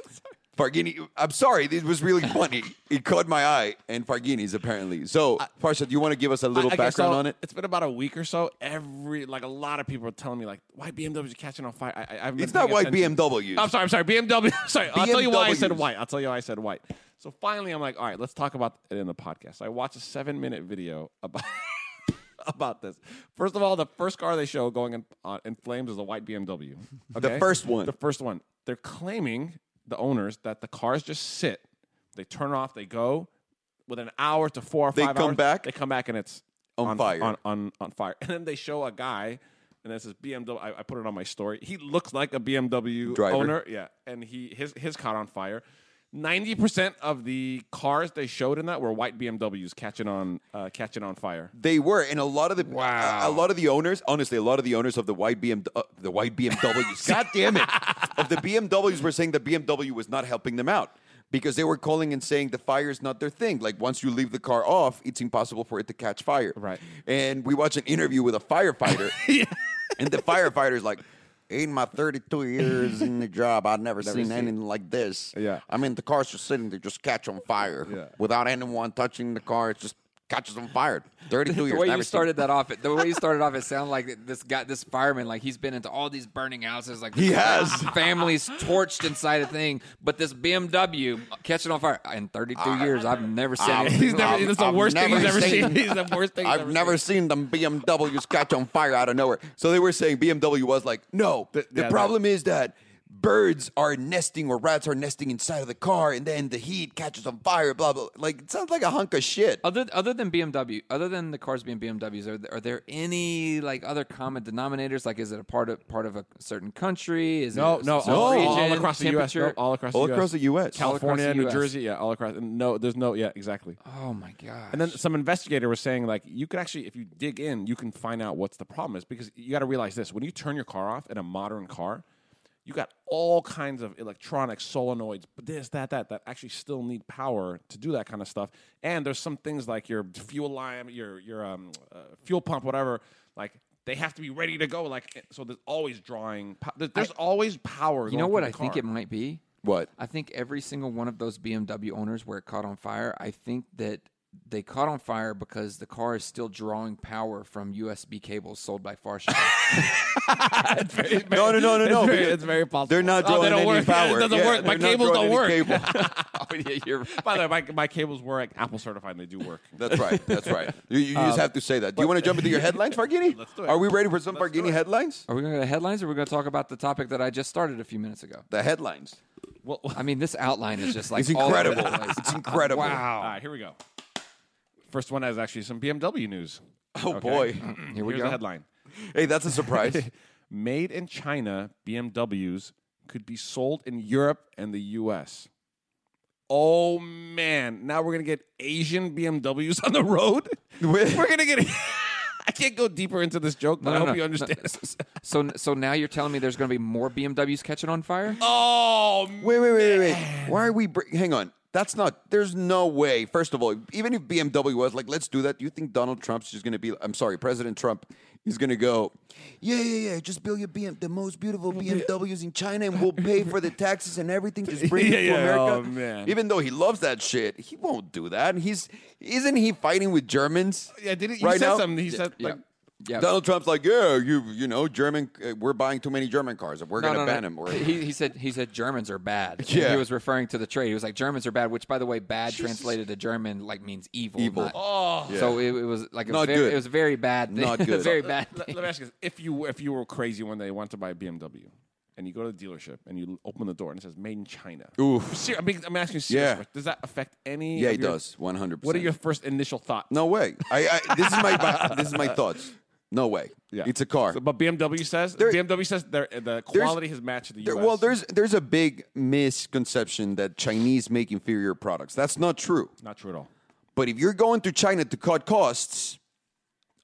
S1: Fargini, I'm sorry. This was really funny. it caught my eye, and Fargini's apparently. So, Farshad, you want to give us a little
S3: I- I guess
S1: background
S3: so,
S1: on it?
S3: It's been about a week or so. Every like a lot of people are telling me like why BMWs are catching on fire. I, I, I've
S1: It's not white BMWs.
S3: I'm sorry. I'm sorry. BMW. [LAUGHS] sorry. I'll tell you why I said
S1: BMWs.
S3: white. I'll tell you why I said white. So finally, I'm like, all right, let's talk about it in the podcast. So I watched a seven minute video about [LAUGHS] about this. First of all, the first car they show going in, uh, in flames is a white BMW. okay?
S1: first one.
S3: The first one. They're claiming the owners that the cars just sit. They turn off. They go. Within an hour to four or
S1: They
S3: five
S1: come
S3: hours,
S1: back?
S3: They come back and it's
S1: On fire.
S3: On, on on fire. [LAUGHS] And then they show a guy, and this is BMW. I, I put it on my story. He looks like a BMW
S1: Driver.
S3: owner. Yeah, and he his his caught on fire. Ninety percent of the cars they showed in that were white BMWs catching on uh, catching
S1: [LAUGHS]
S3: on fire.
S1: They were, and a lot of the
S2: Wow.
S1: a, a lot of the owners, honestly, a lot of the owners of the white BM uh, the white BMWs, god damn it, of the BMWs were saying the BMW was not helping them out because they were calling and saying the fire is not their thing. Like once you leave the car off, it's impossible for it to catch fire.
S3: Right.
S1: And we watch an interview with a firefighter, and the firefighter's like. In my 32 years in the job, I've never, seen,
S3: seen-
S1: anything like this.
S3: Yeah.
S1: I mean, the cars just sitting there, just catch on fire
S3: Yeah.
S1: without anyone touching the car. It just catches on fire. 32 years.
S2: The way
S1: never
S2: you
S1: seen-
S2: started that off, it the way you started off, it sounded like this guy, this fireman, like he's been into all these burning houses, like
S3: [LAUGHS]
S1: He has.
S2: families torched inside a thing, but this BMW catching on fire. In 32 years, I've never seen
S1: I've-
S2: anything.
S3: He's never.
S1: I've-
S3: it's the
S1: I've
S3: worst thing he's
S1: never
S3: ever seen.
S1: seen-
S3: [LAUGHS] He's the worst thing. he's
S1: I've
S3: ever
S1: never seen them BMWs catch on fire out of nowhere. So they were saying BMW was like, no, the,
S3: yeah, that-
S1: problem is that birds are nesting or rats are nesting inside of the car and then the heat catches on fire, blah, blah. Like, it sounds like a hunk of
S3: Uh,
S1: shit.
S2: Other other than BMW, other than the cars being BMWs, are there, are there any like other common denominators? Like, is it a part of part of a certain country? Is
S3: No,
S2: it a
S3: no,
S2: certain
S3: all, all
S2: region,
S3: across the U.S. no,
S2: temperature?
S3: all across
S1: All
S3: the U.S.
S1: across the US.
S3: California,
S2: All across the
S3: New
S2: US.
S3: Jersey, yeah, all across. No, there's no, yeah, exactly.
S2: Oh my god!
S3: And then some investigator was saying, like, you could actually, if you dig in, you can find out what's the problem is because you got to realize this: when you turn your car off in a modern car, you got all kinds of electronics, solenoids, this, that, that, that actually still need power to do that kind of stuff. And there's some things like your fuel line, your your um, uh, fuel pump, whatever, like. They have to be ready to go, like eh, so. There's always drawing. po- there- There's always power.
S2: you know what I think it might be.
S1: What?
S2: I think every single one of those BMW owners where it caught on fire, I think that they caught on fire because the car is still drawing power from USB cables sold by
S1: [LAUGHS]
S2: Farshaw.
S1: No, no, no, no, no.
S4: It's very,
S1: because
S4: it's very possible.
S1: They're not drawing
S3: Oh, don't
S1: any
S3: work. [LAUGHS]
S1: power.
S3: It doesn't
S1: Yeah,
S3: work.
S1: they're
S3: My
S1: not
S3: cables
S1: drawing
S3: don't
S1: any
S3: work. [LAUGHS]
S1: cable. [LAUGHS]
S2: oh yeah, you're right.
S3: By the way, my, my cables were like Apple certified and they do
S2: [LAUGHS]
S3: work.
S1: That's right. That's right. You, you just have to say that. Do you want to jump into your
S3: [LAUGHS]
S1: headlines, Fargini?
S3: Uh, Let's do it.
S1: Are we ready for some Fargini headlines?
S2: Are we going to headlines, or are we going to talk about the topic that I just started a few minutes ago?
S1: The headlines.
S3: well,
S2: I mean, this outline is just like
S1: It's
S2: all over the
S1: incredible.
S2: place.
S1: It's incredible.
S3: all
S2: Wow.
S3: right, here we go. First one has actually some BMW news. [CLEARS THROAT]
S1: Oh boy.
S2: Here we
S3: Here's
S2: go.
S3: the headline.
S1: Hey, that's a
S3: [LAUGHS]
S1: surprise.
S3: Made in China BMWs could be sold in Europe and the US. Oh man, now we're going to get Asian BMWs [LAUGHS] on the road? we're going to get [LAUGHS] I can't go deeper into this joke, but I hope you understand.
S2: [LAUGHS] So, so now you're telling me there's going to be more BMWs catching on fire?
S3: Oh,
S1: Wait, wait, wait, wait, wait. Why are we? Br- hang on. That's not. There's no way. First of all, even if BMW was like, "Let's do that," you think Donald Trump's just going to be? I'm sorry, President Trump is going to go, "Yeah, yeah, yeah. Just build your BM, the most beautiful BMWs in China, and we'll pay for the taxes and everything. Just bring it to
S3: [LAUGHS] Yeah, yeah.
S1: America."
S3: Oh, man.
S1: Even though he loves that shit, he won't do that. He's isn't he fighting with Germans?
S3: yeah, did he, he
S1: right
S3: said
S1: now?
S3: something. He said
S2: yeah.
S3: like
S2: Yeah.
S1: Donald Trump's like, "Yeah, you, you know, German. Uh, we're buying too many German cars, and we're
S2: No,
S1: going to
S2: no,
S1: ban
S2: no.
S1: them." Or
S3: [LAUGHS]
S2: He, he said he said Germans are bad.
S1: Yeah.
S2: He was referring to the trade. He was like Germans are bad, which by the way, bad translated to German like means evil.
S1: Evil.
S2: not-
S3: Oh.
S2: So it, it was like a
S1: Not
S2: very,
S1: good.
S2: it was a very bad. Thing. [LAUGHS]
S1: Not good.
S2: very bad.
S3: Let,
S2: Thing.
S3: let me ask you this: If you if you were crazy one day, and want to buy a BMW, and you go to the dealership and you open the door and it says "Made in China."
S1: Oof.
S3: Ser- I mean, I'm asking you seriously.
S1: Yeah.
S3: Does that affect any?
S1: yeah,
S3: of
S1: he
S3: your-
S1: does. One hundred percent.
S3: What are your first initial thoughts?
S1: No way. I, I this is my, my this is
S3: [LAUGHS]
S1: my thoughts. No way.
S3: Yeah.
S1: It's a car.
S3: So, but BMW says BMW says their- the quality has matched the
S1: There-
S3: US.
S1: well, there's there's a big misconception that Chinese make inferior products. That's not true.
S3: not true at all.
S1: But if you're going to China to cut costs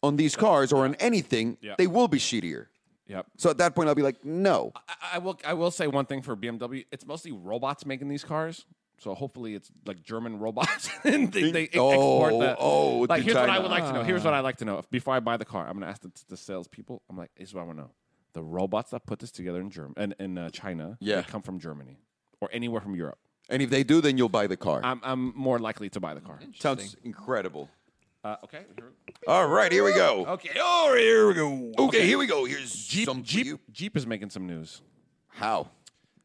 S1: on these cars or on anything,
S3: Yeah.
S1: they will be shittier.
S3: Yep.
S1: So at that point, I'll be like, no.
S3: I, I will. I will say one thing for BMW: it's mostly robots making these cars. So hopefully it's like German robots [LAUGHS] and they, they
S1: Oh,
S3: export the.
S1: oh,
S3: like
S1: to
S3: here's what I
S1: China. Ah.
S3: would like to know. Here's what I like to know. If, before I buy the car, I'm gonna ask the, the salespeople. I'm like, this is what I want to know: the robots that put this together in Germany and in uh, China, they
S1: Yeah.
S3: come from Germany or anywhere from Europe.
S1: And if they do, then you'll buy the car.
S3: I'm I'm more likely to buy the car.
S1: Sounds incredible.
S3: Uh, okay. here-
S1: All right, here we go.
S3: Okay. Oh, here we go.
S1: Okay, here we go. Here's
S3: Jeep,
S1: some for you.
S3: Jeep, Jeep is making some news.
S1: How?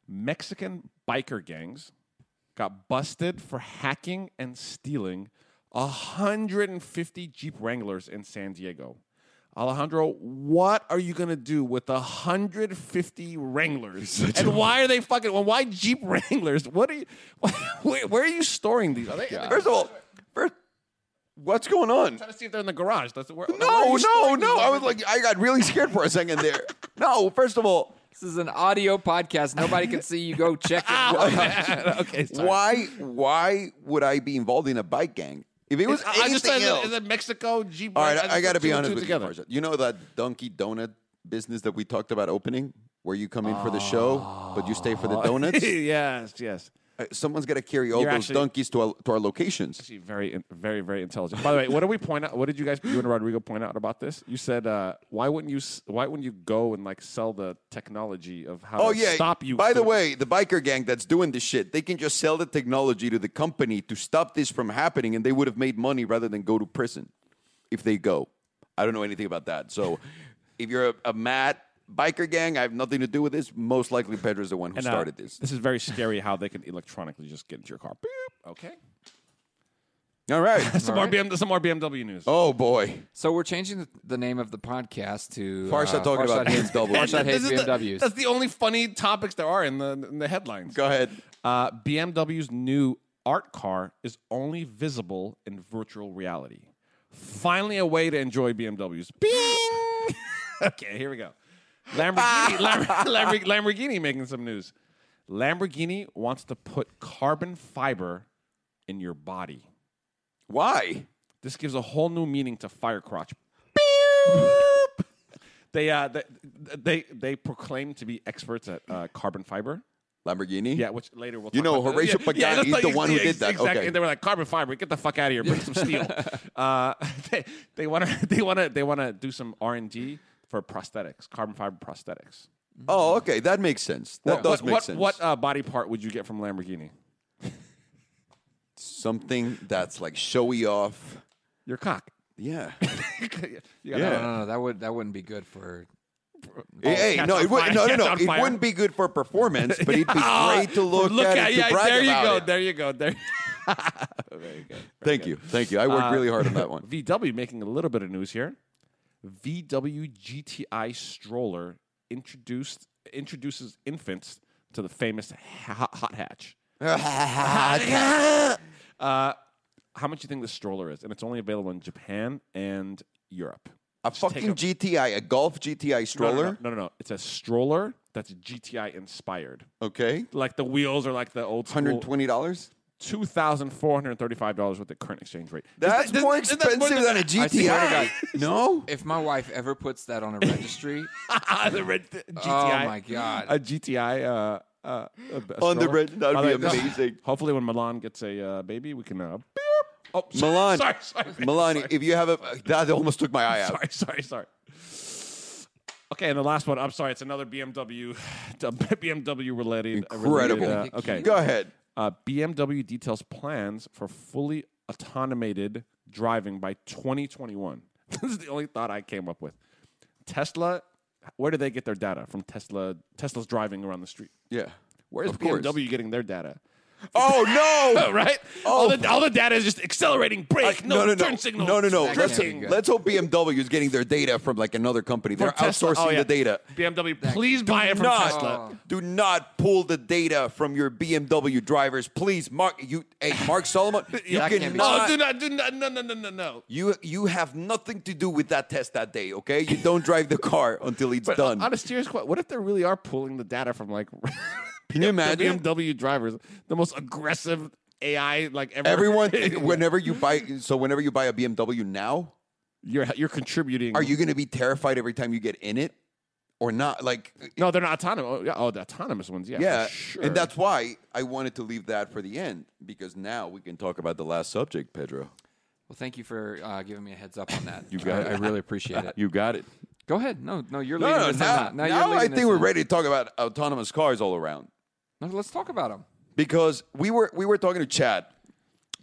S3: Mexican biker gangs got busted for hacking and stealing 150 Jeep Wranglers in San Diego. Alejandro, what are you gonna do with
S1: [LAUGHS]
S3: 150 Wranglers? And why are they fucking? Well, why Jeep Wranglers? What are you? [LAUGHS] Where, where are you storing these? Are they? Are they
S1: First of all, first, what's going on?
S3: trying to see if they're in the garage. That's where, where are
S1: No,
S3: you
S1: no,
S3: storing
S1: no.
S3: these?
S1: I was
S3: [LAUGHS]
S1: like, I got really scared for a second there. [LAUGHS] no, first of all,
S2: This is an audio podcast. Nobody can see you. Go check it.
S3: okay. Sorry.
S1: why why would I be involved in a bike gang? If it was
S3: I- I
S1: anything
S3: just said,
S1: else,
S3: is it Mexico Jeep?
S1: all right,
S3: Wranglers?
S1: I, got to
S3: Put two
S1: be
S3: and
S1: honest
S3: two
S1: with
S3: together.
S1: you, Farzad. You know that Donkey Donut business that we talked about opening, where you come in for the show, but you stay for the [LAUGHS] donuts?
S3: [LAUGHS] yes, yes.
S1: Uh, Someone's got to carry all
S3: You're
S1: those
S3: actually-
S1: donkeys to our, to our locations.
S3: Actually, very, in- very, very intelligent. By the way, what did we point out? What did you guys, you and Rodrigo, point out about this? You said, uh, why wouldn't you? s- Why wouldn't you go and like sell the technology of how
S1: Oh
S3: to
S1: yeah!
S3: stop you?
S1: By the
S3: doing-
S1: way, the biker gang that's doing this shit, they can just sell the technology to the company to stop this from happening, and they would have made money rather than go to prison if they go. I don't know anything about that.
S3: [LAUGHS]
S1: So, if you're a, a mad biker gang, I have nothing to do with this. Most likely, Pedro's the one who
S3: And, uh,
S1: started
S3: [LAUGHS]
S1: this.
S3: This is very scary how they can electronically just get into your car. Beep. Okay.
S1: All right.
S3: Some more BM, some more BMW news.
S1: oh boy,
S2: so we're changing the, the name of the podcast to
S1: Farsha
S2: uh,
S1: talking about
S2: Farsha hates,
S1: BMW.
S2: Farsha
S3: This
S2: hates
S3: is the-
S2: BMWs.
S3: that's the only funny topics there are in the in the headlines.
S1: go ahead.
S3: Uh, BMW's new art car is only visible in virtual reality. Finally, a way to enjoy BMWs. Bing! [LAUGHS] okay, here we go. Lamborghini, Lam- Lamborg- Lamborghini making some news. Lamborghini wants to put carbon fiber in your body.
S1: Why?
S3: This gives a whole new meaning to fire crotch. They, uh, they, they, they proclaim to be experts at uh, carbon fiber.
S1: Lamborghini.
S3: Yeah, which later we'll.
S1: You
S3: talk
S1: know,
S3: about that.
S1: Horatio
S3: yeah,
S1: Pagani
S3: yeah, that's
S1: is
S3: like-
S1: the one who
S3: ex-
S1: did that.
S3: Exactly.
S1: Okay.
S3: And they were like, "Carbon fiber, get the fuck out of here, bring
S1: [LAUGHS]
S3: some steel." uh, [LAUGHS] they they want to [LAUGHS] they want to they want to do some R and D for prosthetics, carbon fiber prosthetics.
S1: Oh, okay, that makes sense. That
S3: what, uh,
S1: does make
S3: what,
S1: sense.
S3: What uh, body part would you get from Lamborghini?
S1: something that's like showy off.
S3: Your cock. [LAUGHS]
S1: Yeah.
S3: You gotta-
S2: No,
S1: Yeah.
S2: no, no, that would that wouldn't be good for.
S1: Hey,
S3: cats
S1: no,
S3: Oh, on
S1: it would,
S3: fire,
S1: no, no,
S3: cats
S1: no,
S3: on
S1: It
S3: fire.
S1: wouldn't be good for performance, but
S3: [LAUGHS]
S1: it'd be great to look, at, and to
S3: yeah,
S1: brag
S3: there you
S1: about
S3: go,
S1: it.
S3: there you go, [LAUGHS] there. Very good.
S1: Thank you, thank you. I worked
S3: Uh,
S1: really hard on that one.
S3: [LAUGHS]
S1: [LAUGHS]
S3: VW making a little bit of news here. VW GTI stroller introduced introduces infants to the famous hot, hot hatch. Uh, how much do you think this stroller is? And it's only available in Japan and Europe.
S1: a fucking GTI, a Golf GTI
S3: No, no,
S1: stroller.
S3: No, no, no, no. It's a stroller that's GTI inspired.
S1: Okay,
S3: Like the wheels are like the old school.
S1: hundred twenty dollars.
S3: two thousand four hundred thirty-five dollars with the current exchange rate.
S1: That's
S3: Isn't-
S1: more
S3: isn't that
S1: expensive
S3: more
S1: than a
S2: I swear to
S1: GTI. no,
S2: If my wife ever puts
S1: [LAUGHS]
S2: that on a registry,
S3: [LAUGHS]
S2: Oh,
S3: the red the
S1: Oh
S3: GTI.
S2: my God.
S3: a GTI. Uh, uh, a- a
S1: On the
S3: [LAUGHS] stroller.
S1: red, that'd
S3: By
S1: be
S3: the [LAUGHS] way, no.
S1: amazing.
S3: Hopefully, when Milan gets a uh, baby, we can. Uh, beep. Oh, sorry,
S1: Milan,
S3: [LAUGHS] Sorry, sorry,
S1: Milan. If you have a that almost took my eye out.
S3: Sorry, sorry, [LAUGHS] sorry. Okay, and the last one. I'm sorry, it's another [LAUGHS] BMW, BMW related.
S1: Incredible.
S3: related, uh, okay,
S1: Go ahead.
S3: uh, BMW details plans for fully automated driving by 2021. [LAUGHS] this is the only thought I came up with. Tesla, where do they get their data from? Tesla, Tesla's driving around the street.
S1: Yeah.
S3: Where is
S1: Of course.
S3: BMW getting their data?
S1: Oh
S3: [LAUGHS] Oh,
S1: no!
S3: right? All, the, all the data is just accelerating, brake, no,
S1: no, no,
S3: turn
S1: no,
S3: signal.
S1: no, no, no.
S2: That
S1: Let's,
S2: can't be good.
S1: let's hope BMW is getting their data from like another company. They're
S3: From Tesla.
S1: outsourcing
S3: Oh, yeah.
S1: the data.
S3: BMW, please buy it from
S1: not,
S3: Tesla.
S1: Do not pull the data from your BMW drivers, please. Mark, you, hey, Mark
S3: [LAUGHS]
S1: Solomon, you
S2: That can't be-
S1: cannot.
S3: oh, do not, do not, no, no, no, no, no.
S1: you you have nothing to do with that test that day. Okay, you don't drive the car until it's
S3: But
S1: done.
S3: on a serious question, what if they really are pulling the data from like [LAUGHS]
S1: Can you imagine?
S3: the BMW drivers, the most aggressive AI like ever. [LAUGHS]
S1: Everyone,
S3: eh,
S1: whenever you buy, so whenever you buy a BMW now,
S3: you're you're contributing.
S1: are you going to be terrified every time you get in it, or not? Like,
S3: No, they're not autonomous. Oh, yeah, oh, the autonomous ones. Yeah, for
S1: yeah,
S3: sure.
S1: and that's why I wanted to leave that for the end because now we can talk about the last subject, Pedro.
S2: well, thank you for uh, giving me a heads up on that. You
S1: got
S2: I,
S1: it.
S2: I really appreciate it.
S1: You got it.
S2: Go ahead. No, no, you're
S1: No,
S2: leading
S1: no,
S2: this
S1: now,
S2: on.
S1: now,
S2: No, you're
S1: I
S2: leading
S1: think
S2: this
S1: we're
S2: on.
S1: ready to talk about autonomous cars all around
S2: No, let's talk about them.
S1: because we were we were talking to Chad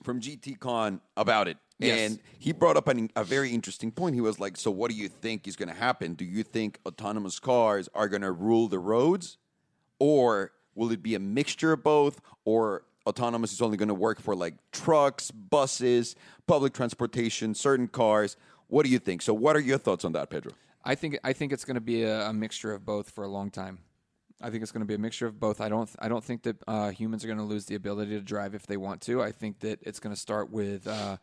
S1: from GTCon about it,
S2: Yes.
S1: and he brought up an, a very interesting point. He was like, "So, what do you think is going to happen? Do you think autonomous cars are going to rule the roads, or will it be a mixture of both, or?" Autonomous is only going to work for like trucks, buses, public transportation, certain cars. What do you think? So, what are your thoughts on that, Pedro?
S2: I think I think it's going to be a, a mixture of both for a long time. I think it's going to be a mixture of both. I don't I don't think that uh, humans are going to lose the ability to drive if they want to. I think that it's going to start with uh,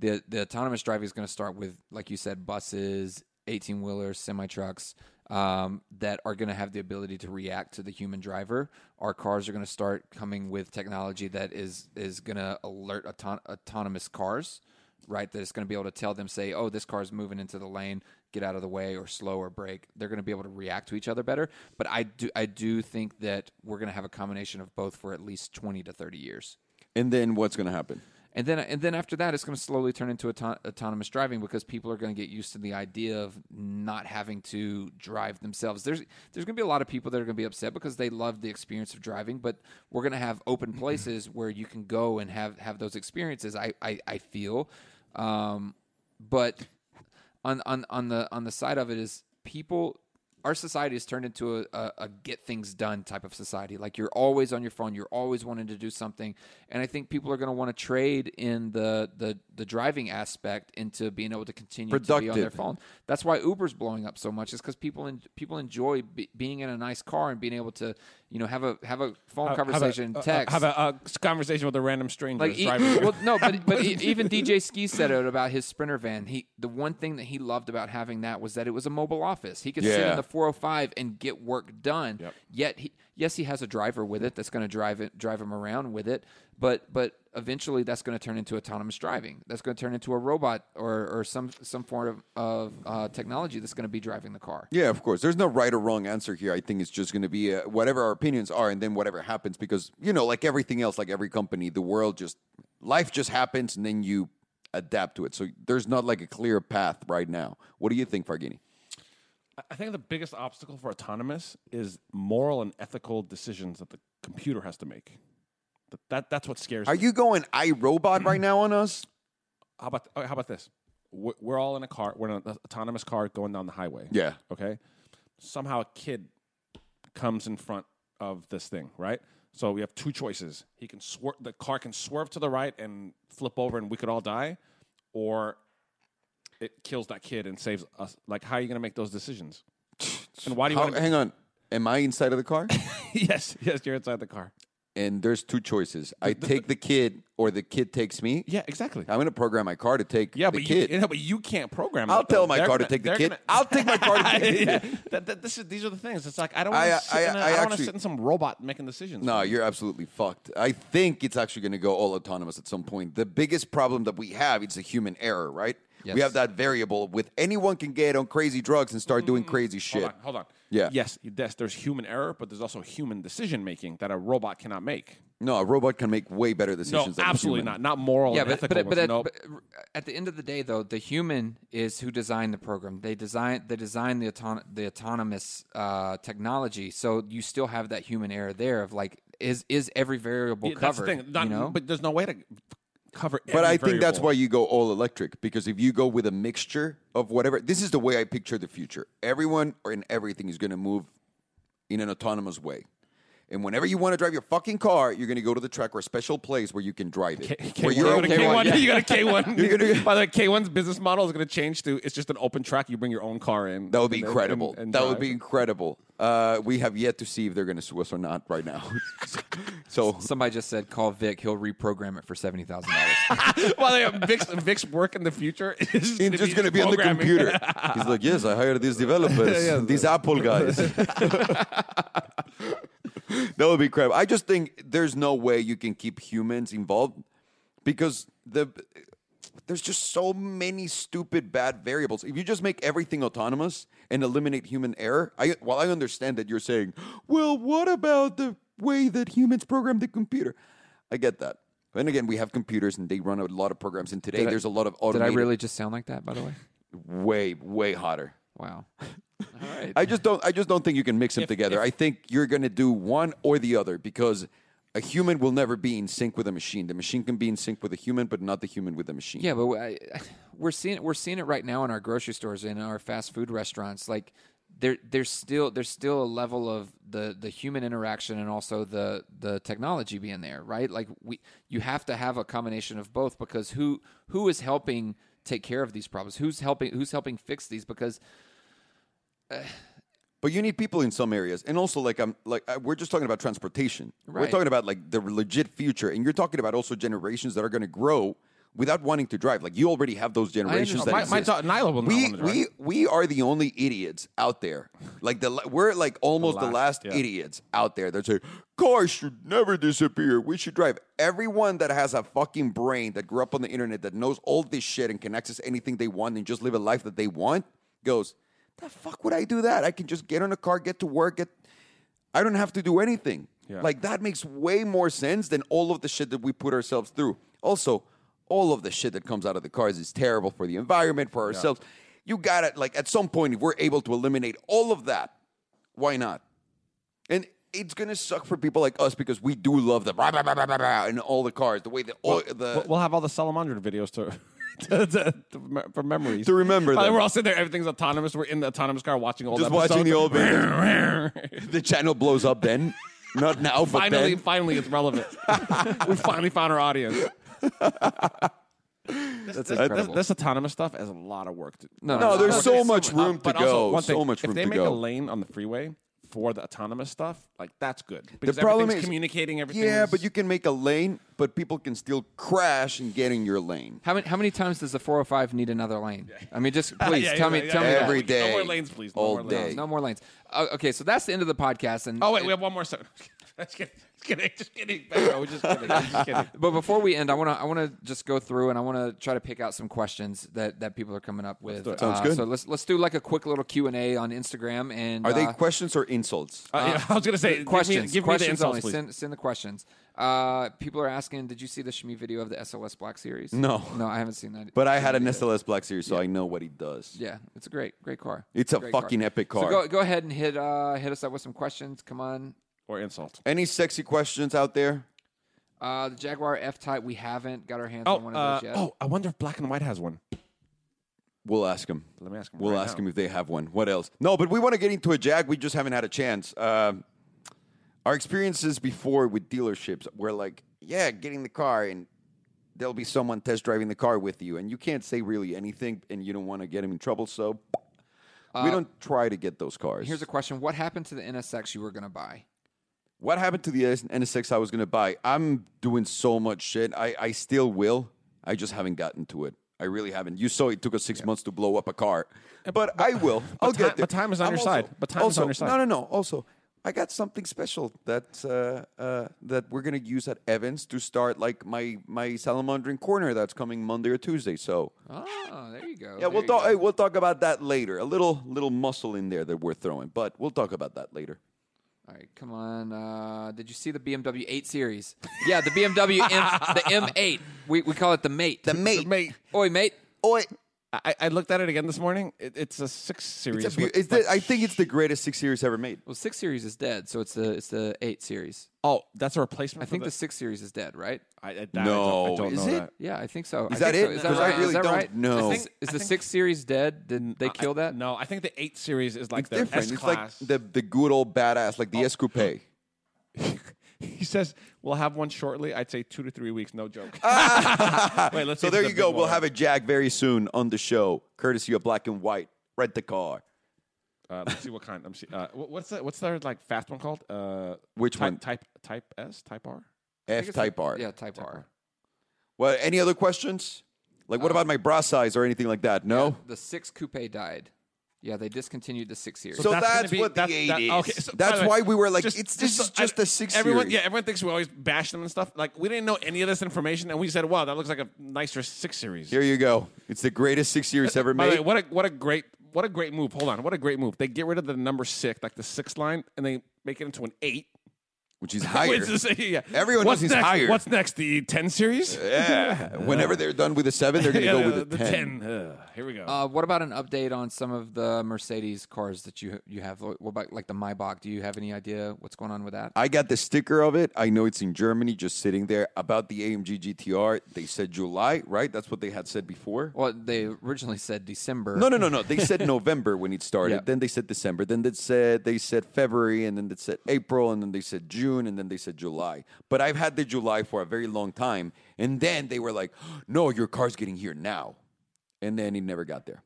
S2: the the autonomous driving is going to start with like you said buses, eighteen wheelers, semi trucks um, that are going to have the ability to react to the human driver. Our cars are going to start coming with technology that is is going to alert auton- autonomous cars right? That it's going to be able to tell them, say, oh, this car's moving into the lane, get out of the way, or slow or brake. They're going to be able to react to each other better. But I do, I do think that we're going to have a combination of both for at least twenty to thirty years.
S1: And then what's going to happen?
S2: And then, and then after that, it's going to slowly turn into auto- autonomous driving because people are going to get used to the idea of not having to drive themselves. There's, there's going to be a lot of people that are going to be upset because they love the experience of driving, but we're going to have open places where you can go and have have those experiences. I, I, I feel, um, but on, on on the on the side of it is people our society has turned into a, a, a get things done type of society like you're always on your phone you're always wanting to do something and i think people are going to want to trade in the, the the driving aspect into being able to continue to be on their
S1: Productive.
S2: phone that's why uber's blowing up so much is because people en- people enjoy be- being in a nice car and being able to you know have a have a phone conversation
S3: Have a,
S2: text
S3: Uh, have a uh, conversation with a random stranger.
S2: like
S3: who's
S2: e-
S3: [LAUGHS] driving.
S2: well, no, but but e- even DJ Ski said it about his Sprinter van. He the one thing that he loved about having that was that it was a mobile office. He could sit
S1: Yeah.
S2: in the 405 and get work done. Yet he yes he has a driver with it that's going to drive it drive him around with it, but but eventually that's going to turn into autonomous driving. That's going to turn into a robot or or some some form of, of uh, technology that's going to be driving the car.
S1: Yeah, of course. There's no right or wrong answer here. I think it's just going to be uh, whatever our opinions are, and then whatever happens. Because you know, like everything else, like every company, the world just life just happens, and then you adapt to it. So there's not like a clear path right now. What do you think, Fargini?
S3: I think the biggest obstacle for autonomous is moral and ethical decisions that the computer has to make. Th- That that's what scares
S1: Are
S3: me.
S1: you going iRobot right now on us?
S3: How about okay, how about this? We're, we're all in a car. We're in an autonomous car going down the highway.
S1: Yeah.
S3: Okay. Somehow a kid comes in front of this thing, right? So we have two choices. He can swerve. The car can swerve to the right and flip over, and we could all die, or it kills that kid and saves us. Like, how are you going to make those decisions? And why do you
S1: How,
S3: want? to
S1: hang on. Am I inside of the [LAUGHS] car?
S3: [LAUGHS] yes, yes, you're inside the car.
S1: and there's two [LAUGHS] choices. I take the kid, or the kid takes me.
S3: Yeah, exactly.
S1: I'm going to program my car to take
S3: Uh, Yeah,
S1: the
S3: but
S1: kid.
S3: you, yeah, but you can't program.
S1: I'll
S3: that, though.
S1: tell my
S3: They're
S1: car to
S3: gonna-
S1: take the
S3: they're
S1: kid.
S3: gonna-
S1: I'll take my [LAUGHS] car to take the
S3: [LAUGHS] yeah,
S1: kid.
S3: that, that, this is, these are the things. It's like I don't
S1: I-
S3: want
S1: I-
S3: to sit, in a-
S1: I
S3: I don't wanna
S1: actually-
S3: sit in some robot making decisions.
S1: No, you're absolutely fucked. I think it's actually going to go all autonomous at some point. The biggest problem that we have is the human error, right? We
S2: Yes.
S1: have that variable with anyone can get on crazy drugs and start doing crazy shit.
S3: Mm. hold on, hold on.
S1: Yeah.
S3: Yes, yes. There's human error, but there's also human decision making that a robot cannot make.
S1: No, a robot can make way better
S3: No,
S1: decisions. than a
S3: absolutely
S1: human.
S3: not. Not moral.
S2: yeah,
S3: and
S2: but,
S3: ethical
S2: but, but,
S3: ones.
S2: at,
S3: Nope.
S2: but at the end of the day, though, the human is who designed the program. They design they design the auton- the autonomous uh, technology. So you still have that human error there of like is is every variable
S3: Yeah, that's the
S2: covered?
S3: thing. Not-
S2: you know?
S3: But there's no way to cover.
S1: But
S3: every
S1: I think that's
S3: variable.
S1: why you go all electric because if you go with a mixture of whatever, this is the way I picture the future. Everyone or in everything is going to move in an autonomous way. And whenever you want to drive your fucking car, you're going to go to the track or a special place where you can drive it.
S3: K-
S1: where
S3: K1. You
S1: you're
S3: got a
S1: okay-
S3: K1.
S2: yeah.
S3: [LAUGHS] You got
S1: [LAUGHS]
S3: a K1.
S1: You're gonna-
S3: By the way, K1's business model is going to change to it's just an open track. You bring your own car in.
S1: That would be
S3: and then-
S1: incredible.
S3: and- and
S1: that would
S3: drive.
S1: be incredible. Uh, we have yet to see if they're going to sue us or not right now. [LAUGHS] so
S2: Somebody just said call Vic. He'll reprogram it for seventy thousand
S3: [LAUGHS]
S2: dollars.
S3: Well, yeah, Vic's, Vic's work in the future [LAUGHS] is
S1: He's just going to be on the
S3: programming.
S1: computer.
S2: [LAUGHS]
S1: He's like, yes, I hired these developers,
S3: Yeah, yeah.
S1: these Apple guys. [LAUGHS] that would be crap. I just think there's no way you can keep humans involved because the there's just so many stupid bad variables. If you just make everything autonomous and eliminate human error, I while I understand that you're saying, well, what about the way that humans program the computer? I get that. And again, we have computers and they run a lot of programs. And today, there's a lot of
S2: Did I
S1: automated
S2: really just sound like that? By the way,
S1: way way hotter.
S2: wow. All right.
S1: I just don't I just don't think you can mix them together. I think you're going to do one or the other because a human will never be in sync with a machine. The machine can be in sync with a human, but not the human with a machine.
S2: Yeah, but we- I, [SIGHS] we're seeing it. We're seeing it right now in our grocery stores and our fast food restaurants. Like there, there's still there's still a level of the the human interaction and also the the technology being there, right? Like we, you have to have a combination of both because who who is helping take care of these problems? Who's helping? Who's helping fix these? Because
S1: But you need people in some areas, and also like I'm like I, we're just talking about transportation. We're
S2: Right.
S1: talking about like the legit future, and you're talking about also generations that are going to grow without wanting to drive. Like you already have those generations. That
S2: understand.
S3: [LAUGHS] My, my
S1: exist.
S3: daughter Nyla will not
S1: we
S3: want to drive.
S1: we we are the only idiots out there. Like the la- we're like almost the last,
S3: last, yeah.
S1: idiots out there that say cars should never disappear. We should drive. Everyone that has a fucking brain that grew up on the internet that knows all this shit and can access anything they want and just live a life that they want goes. The fuck would I do that? I can just get on a car, get to work, get. I don't have to do anything.
S3: Yeah.
S1: Like that makes way more sense than all of the shit that we put ourselves through. Also, all of the shit that comes out of the cars is terrible for the environment, for ourselves. You got to like at some point if we're able to eliminate all of that, why not? And it's gonna suck for people like us because we do love the blah blah blah blah blah, blah and all the cars, the way the oil,
S3: We'll-
S1: the
S3: We'll have all the Salamandra videos to, [LAUGHS] to, to, to me- for memories
S1: To remember
S3: By the way,
S1: them.
S3: We're all sitting there. Everything's autonomous. We're in the autonomous car watching all
S1: just
S3: the
S1: watching the
S3: episodes. [LAUGHS]
S1: old videos. the channel blows up then, not now, but
S3: finally,
S1: then.
S3: finally, it's relevant. [LAUGHS] we finally found our audience. That's this,
S2: incredible.
S3: This, autonomous stuff has a lot of work. To,
S2: no,
S1: No, there's
S3: Okay,
S1: so much room to
S3: but also,
S1: go.
S3: one thing,
S1: so much room
S3: If they
S1: to
S3: make
S1: go.
S3: a lane on the freeway for the autonomous stuff, like that's good.
S1: The
S3: Because
S1: problem
S3: everything's
S1: is
S3: communicating. Everything.
S1: Yeah, but you can make a lane, but people can still crash and get in your lane.
S2: how many how many times does the 405 need another lane? I mean, just please
S3: [LAUGHS] [LAUGHS] Yeah,
S2: tell me
S3: yeah, yeah,
S2: tell me
S3: yeah.
S2: that.
S1: Every
S3: No more
S1: day,
S3: lanes, please. No
S1: all
S3: more lanes.
S1: day.
S2: No more lanes. Uh, okay, so that's the end of the podcast. And
S3: Oh wait, we have one more. So, [LAUGHS] just kidding. Just kidding. Just kidding. [LAUGHS] Pedro, just kidding.
S1: [LAUGHS]
S3: Just
S1: Uh,
S3: kidding.
S2: but before we end, I want to I want to just go through and I want to try to pick out some questions that that people are coming up with. Uh,
S3: do it.
S1: Sounds good.
S2: So let's let's do like a quick little Q and A on Instagram. And
S1: Are they
S2: uh,
S1: questions or insults?
S3: Uh, yeah, I was gonna say give me-
S2: questions?
S3: Give me,
S2: questions
S3: the insults,
S2: only.
S3: please.
S2: Send send the questions. Uh, people are asking, did you see the Shmi video of the SLS Black Series?
S1: No.
S2: no, I haven't seen that.
S1: but I had an SLS Black Series, so I know what he does.
S2: yeah, it's a great great car.
S1: It's a
S2: Great
S1: fucking epic car.
S2: So go go ahead and hit uh, hit us up with some questions. Come on.
S3: or insult.
S1: Any sexy questions out there?
S2: Uh, the Jaguar F Type, we haven't got our hands
S3: Oh,
S2: on one
S3: uh,
S2: of those yet.
S3: oh, I wonder if Black and White has one.
S1: We'll ask him.
S3: Let me ask him
S1: We'll
S3: right
S1: ask
S3: now.
S1: him if they have one. What else? No, but we want to get into a Jag. We just haven't had a chance. Um, our experiences before with dealerships were like, yeah, getting the car and there'll be someone test driving the car with you, and you can't say really anything, and you don't want to get him in trouble. So
S3: Uh,
S1: we don't try to get those cars.
S2: Here's a question: What happened to the NSX you were going to buy?
S1: what happened to the NS- NSX I was going to buy? I'm doing so much shit. I, I still will. I just haven't gotten to it. I really haven't. You saw it took us six months to blow up a car, but, I will. I'll
S3: ti-
S1: get there.
S3: Uh, but time is on
S1: I'm
S3: your side. But time is
S1: also,
S3: on your side.
S1: No, no, no. Also, I got something special that uh, uh, that we're gonna use at Evans to start like my my salamandering corner that's coming Monday or Tuesday. So
S2: Oh, there you go.
S1: yeah, we'll talk. hey, We'll talk about that later. A little little muscle in there that we're throwing, but we'll talk about that later.
S2: All right, come on. Uh, did you see the BMW 8 Series? Yeah, the BMW
S1: [LAUGHS]
S2: M, the M8. We, we call it the Mate. The
S1: mate,
S3: Mate,
S2: Oi, mate.
S1: Oi.
S3: I, I looked at it again this morning. It, it's a six series.
S1: It's a beau-
S3: with,
S1: it's
S3: like,
S1: the- I think it's the greatest six series ever made.
S2: Well, six series is dead, so it's the it's the eight series.
S3: oh, that's a
S2: I
S3: replacement.
S2: think
S3: for
S2: the six series is dead, right?
S3: I, I, that I
S1: No,
S3: don't, I don't
S1: is
S3: know
S1: it?
S3: That.
S2: Yeah, I think so.
S1: Is
S2: I
S1: that
S2: think so.
S1: it?
S2: Is that
S1: 'Cause I
S2: right? Is
S1: really
S2: that
S1: don't
S2: right?
S1: know. I
S2: Is,
S1: think-
S2: is
S3: I
S2: the
S3: think-
S2: six series dead? Did they kill that?
S3: No, I think the Oh. eight series is like
S1: It's
S3: their
S1: different.
S3: S
S1: It's
S3: class.
S1: like the, the good old badass, like the S coupe.
S3: [LAUGHS] he says we'll have one shortly. I'd say two to three weeks.
S1: [LAUGHS]
S3: No joke. [LAUGHS] Wait, let's. see
S1: Ah. So
S3: if
S1: there
S3: it's
S1: you
S3: a
S1: go.
S3: big
S1: We'll
S3: one.
S1: have a Jag very soon on the show, courtesy of Black and White. Rent the car.
S3: Uh, let's see what kind. I'm see, uh, wh- what's that? What's their like fast one called? Uh,
S1: Which
S3: type,
S1: one?
S3: Type Type S. Type
S2: I
S3: R.
S2: think
S1: F
S2: it's the-
S1: Type R.
S2: Yeah, Type, R.
S1: Well, any other questions? Like,
S3: Uh,
S1: what about my bra size or anything like that? No.
S2: The six coupe died. Yeah, they discontinued the six series.
S1: So
S3: that's gonna
S1: that's
S3: be-
S1: what the
S3: that's-
S1: eight
S3: that-
S1: is.
S3: okay, so by
S1: that's
S3: the way,
S1: why we were like,
S3: just-
S1: it's this
S3: just
S1: is
S3: so- I-
S1: just a six
S3: Everyone,
S1: series.
S3: yeah, everyone thinks we always bash them and stuff. Like we didn't know any of this information, and we said, "Wow, that looks like a nicer six series."
S1: Here you go. It's the greatest six series ever
S3: [LAUGHS] By the
S1: made.
S3: way, what a what a great what a great move. Hold on, what a great move. They get rid of the number six, like the sixth line, and they make it into an eight. [LAUGHS]
S1: which is higher.
S3: Which is- [LAUGHS] yeah.
S1: Everyone
S3: what's
S1: knows he's
S3: next?
S1: higher.
S3: What's next? The ten series.
S1: yeah. Whenever they're done with the seven,
S3: [LAUGHS]
S1: they're going to
S3: Yeah,
S1: go with
S3: the,
S1: the, ten.
S3: Ugh, here we go.
S2: Uh, what about an update on some of the Mercedes cars that you you have? What about like the Maybach? Do you have any idea what's going on with that?
S1: I got the sticker of it. I know it's in Germany, just sitting there. About the AMG GTR, they said July, right? That's what they had said before.
S2: Well, they originally said December.
S1: No, no, no, no. They said November when it started.
S2: Yeah.
S1: Then they said December. Then they said they said February, and then they said April, and then they said June, and then they said July. But I've had the July for a very long time, and then they were like, [GASPS] "No, your car's getting here now," and then it never got there.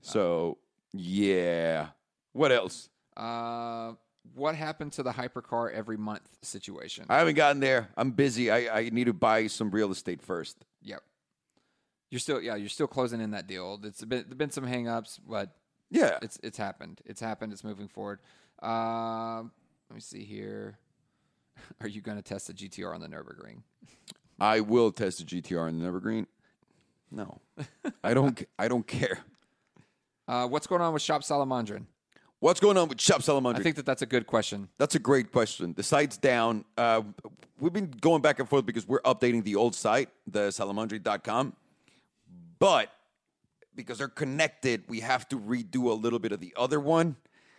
S1: So yeah, what else?
S2: Uh, what happened to the hypercar every month situation?
S1: I haven't gotten there. I'm busy. I, I need to buy some real estate first.
S2: yep. You're still yeah, you're still closing in that deal. It's been there've been some hangups, but
S1: Yeah,
S2: it's it's happened. It's happened. It's moving forward. Um, let me see here. [LAUGHS] Are you going to test the GTR on the Nurburgring?
S1: I will test the GTR in the Evergreen.
S2: [LAUGHS]
S1: No, I don't. ca- I don't care.
S2: Uh, what's going on with Shop Salamandrin?
S1: What's going on with Shop Salamandra?
S2: I think that that's a good question.
S1: That's a great question. The site's down. Uh, we've been going back and forth because we're updating the old site, the salamandri.com. But because they're connected, we have to redo a little bit of the other one.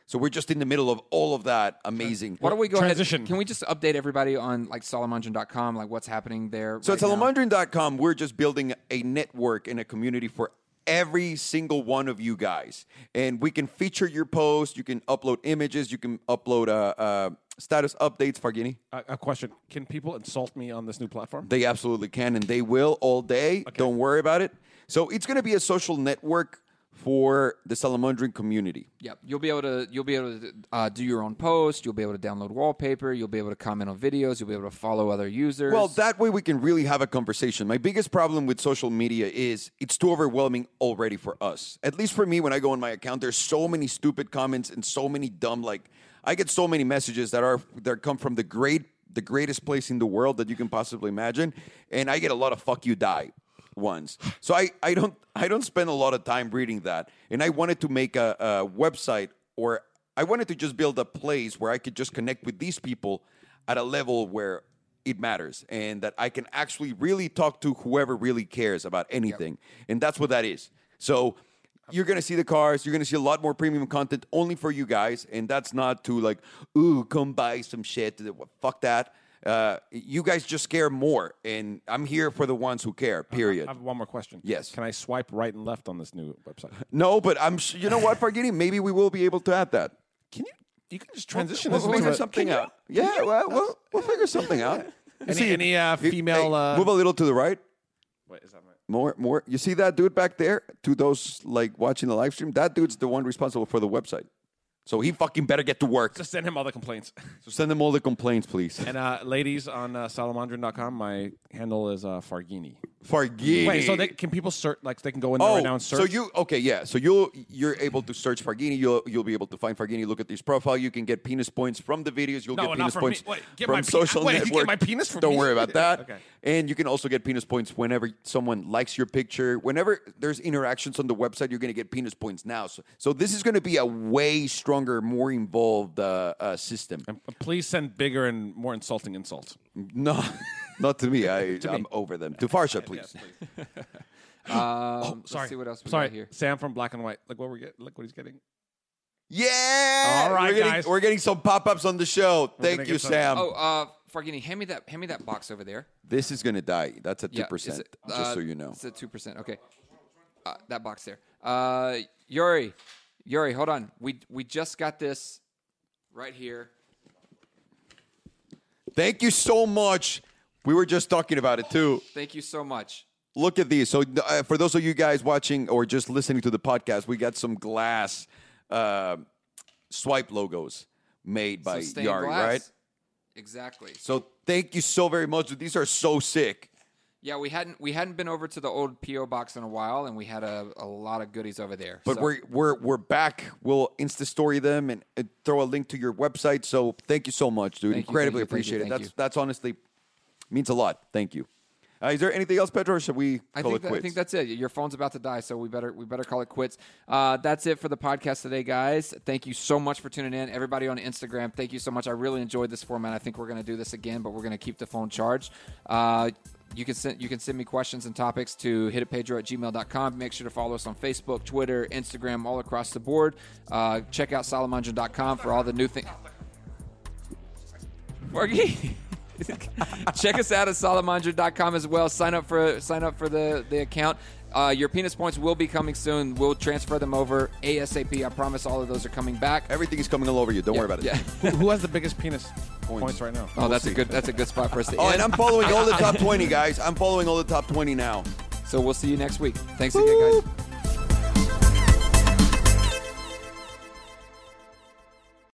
S1: So we're just in the middle of all of that amazing.
S2: Why don't we go
S3: Transition.
S2: ahead? Can we just update everybody on like salamandrin.com, like what's happening there?
S1: So
S2: right
S1: at
S2: now?
S1: salamandrian.com, we're just building a network and a community for every single one of you guys. And we can feature your posts, you can upload images, you can upload uh, uh, status updates, Fargini.
S3: a, a question: Can people insult me on this new platform?
S1: They absolutely can, and they will all day. Don't worry about it. So it's going to be a social network for the Salamandrian community.
S2: Yep, you'll be able to you'll be able to uh, do your own post. You'll be able to download wallpaper. You'll be able to comment on videos. You'll be able to follow other users.
S1: Well, that way we can really have a conversation. My biggest problem with social media is it's too overwhelming already for us. At least for me, when I go on my account, there's so many stupid comments and so many dumb like I get so many messages that are that come from the great the greatest place in the world that you can possibly imagine. And I get a lot of fuck you die ones. So I, I don't I don't spend a lot of time reading that. And I wanted to make a, a website or I wanted to just build a place where I could just connect with these people at a level where it matters and that I can actually really talk to whoever really cares about anything. And that's what that is. So you're gonna see the cars. You're gonna see a lot more premium content only for you guys, and that's not to like, ooh, come buy some shit. Fuck that. Uh, you guys just care more, and I'm here for the ones who
S3: Uh,
S1: care. Period.
S3: I have one more question.
S1: Yes.
S3: Can I swipe right and left on this new website?
S1: no, but I'm. s- You know what, Fargini? Maybe we will be able to add that.
S3: Can you? You can just transition
S1: We'll
S3: this into
S1: figure
S3: a-
S1: something
S3: Can you-
S1: out. Yeah, well, we'll, we'll figure something out.
S3: Any, any uh,
S1: You-
S3: [LAUGHS] female?
S1: hey,
S3: uh,
S1: move a little to the right.
S3: Wait, is that my?
S1: More, more. You see that dude back there? To those like watching the live stream, that dude's the one responsible for the website. So he fucking better get to
S3: [LAUGHS]
S1: work.
S3: [LAUGHS] Just send him all the complaints.
S1: So send them all the complaints, please.
S3: and uh, ladies on uh, salamandrin.com, my handle is uh, Fargini.
S1: Fargini.
S3: Wait, so they, can people search? Like they can go in there
S1: Oh,
S3: right now and search?
S1: so you okay? Yeah, so you'll you're able to search Fargini. You'll you'll be able to find Fargini. Look at his profile. You can get penis points from the videos. You'll
S3: No,
S1: get
S3: not
S1: penis
S3: from
S1: points
S3: me. Wait, get
S1: from
S3: my pe-
S1: social
S3: wait, you get
S1: network.
S3: my penis from
S1: Don't
S3: me?
S1: worry
S3: [LAUGHS]
S1: about that.
S3: Okay.
S1: And you can also get penis points whenever someone likes your picture. Whenever there's interactions on the website, you're going to get penis points now. So so this is going to be a way stronger, more involved uh, uh, system.
S3: Please send bigger and more insulting insults.
S1: No, [LAUGHS] not to
S3: [LAUGHS]
S1: me. I I'm over them. To Farsha, please.
S2: Um,
S3: Oh, Sorry.
S2: Let's see what else we
S3: Sorry,
S2: got here.
S3: Sam from Black and White. Look what we're get, look what he's getting.
S1: Yeah.
S3: All right,
S1: we're getting,
S3: guys.
S1: We're getting some pop ups on the show. Thank
S3: gonna
S1: you,
S3: get some-
S1: Sam.
S2: Oh, uh, Fargini, hand me that hand me that box over there.
S1: This is gonna die. That's at two
S2: Yeah, is
S1: percent.
S2: it-
S1: Just
S2: uh,
S1: so you know.
S2: It's at two percent. Okay, uh, that box there. Uh, Yuri, Yuri, hold on. We we just got this right here.
S1: Thank you so much. We were just talking about it too.
S2: Thank you so much.
S1: Look at these. So uh, for those of you guys watching or just listening to the podcast, we got some glass uh, swipe logos made by
S2: Some stained
S1: Yari,
S2: glass.
S1: right?
S2: Exactly.
S1: So thank you so very much. These are so sick.
S2: Yeah, we hadn't we hadn't been over to the old PO box in a while, and we had a, a lot of goodies over there.
S1: But
S2: So-
S1: we're we're we're back. We'll Insta story them and, and throw a link to your website. So thank you so much, dude.
S2: Thank you,
S1: Incredibly
S2: thank you, thank you,
S1: appreciate it.
S2: thank
S1: That's
S2: you.
S1: that's honestly means a lot. Thank you. Uh, is there anything else, Pedro? Or should we call
S2: I think,
S1: it
S2: that,
S1: quits?
S2: I think that's it. Your phone's about to die, so we better we better call it quits. Uh, that's it for the podcast today, guys. Thank you so much for tuning in, everybody on Instagram. Thank you so much. I really enjoyed this format. I think we're going to do this again, but we're going to keep the phone charged. Uh, you can send you can send me questions and topics to hititpedro at gmail.com. Make sure to follow us on Facebook, Twitter, Instagram, all across the board. Uh, check out salamandra.com for all the new things. Margie. Check us out at salamandra.com as well. Sign up for sign up for the the account. Uh, your penis points will be coming soon. We'll transfer them over ASAP. I promise all of those are coming back.
S1: Everything is coming all over you. Don't worry about it. [LAUGHS]
S2: Yeah.
S3: who, who has the biggest penis points, right now?
S2: Oh, that's a good that's a good spot for us to
S1: Oh,
S2: end.
S1: and I'm
S2: [LAUGHS]
S1: following all the top 20, guys. I'm following all the top 20 now.
S2: so we'll see you next week. Thanks again, guys.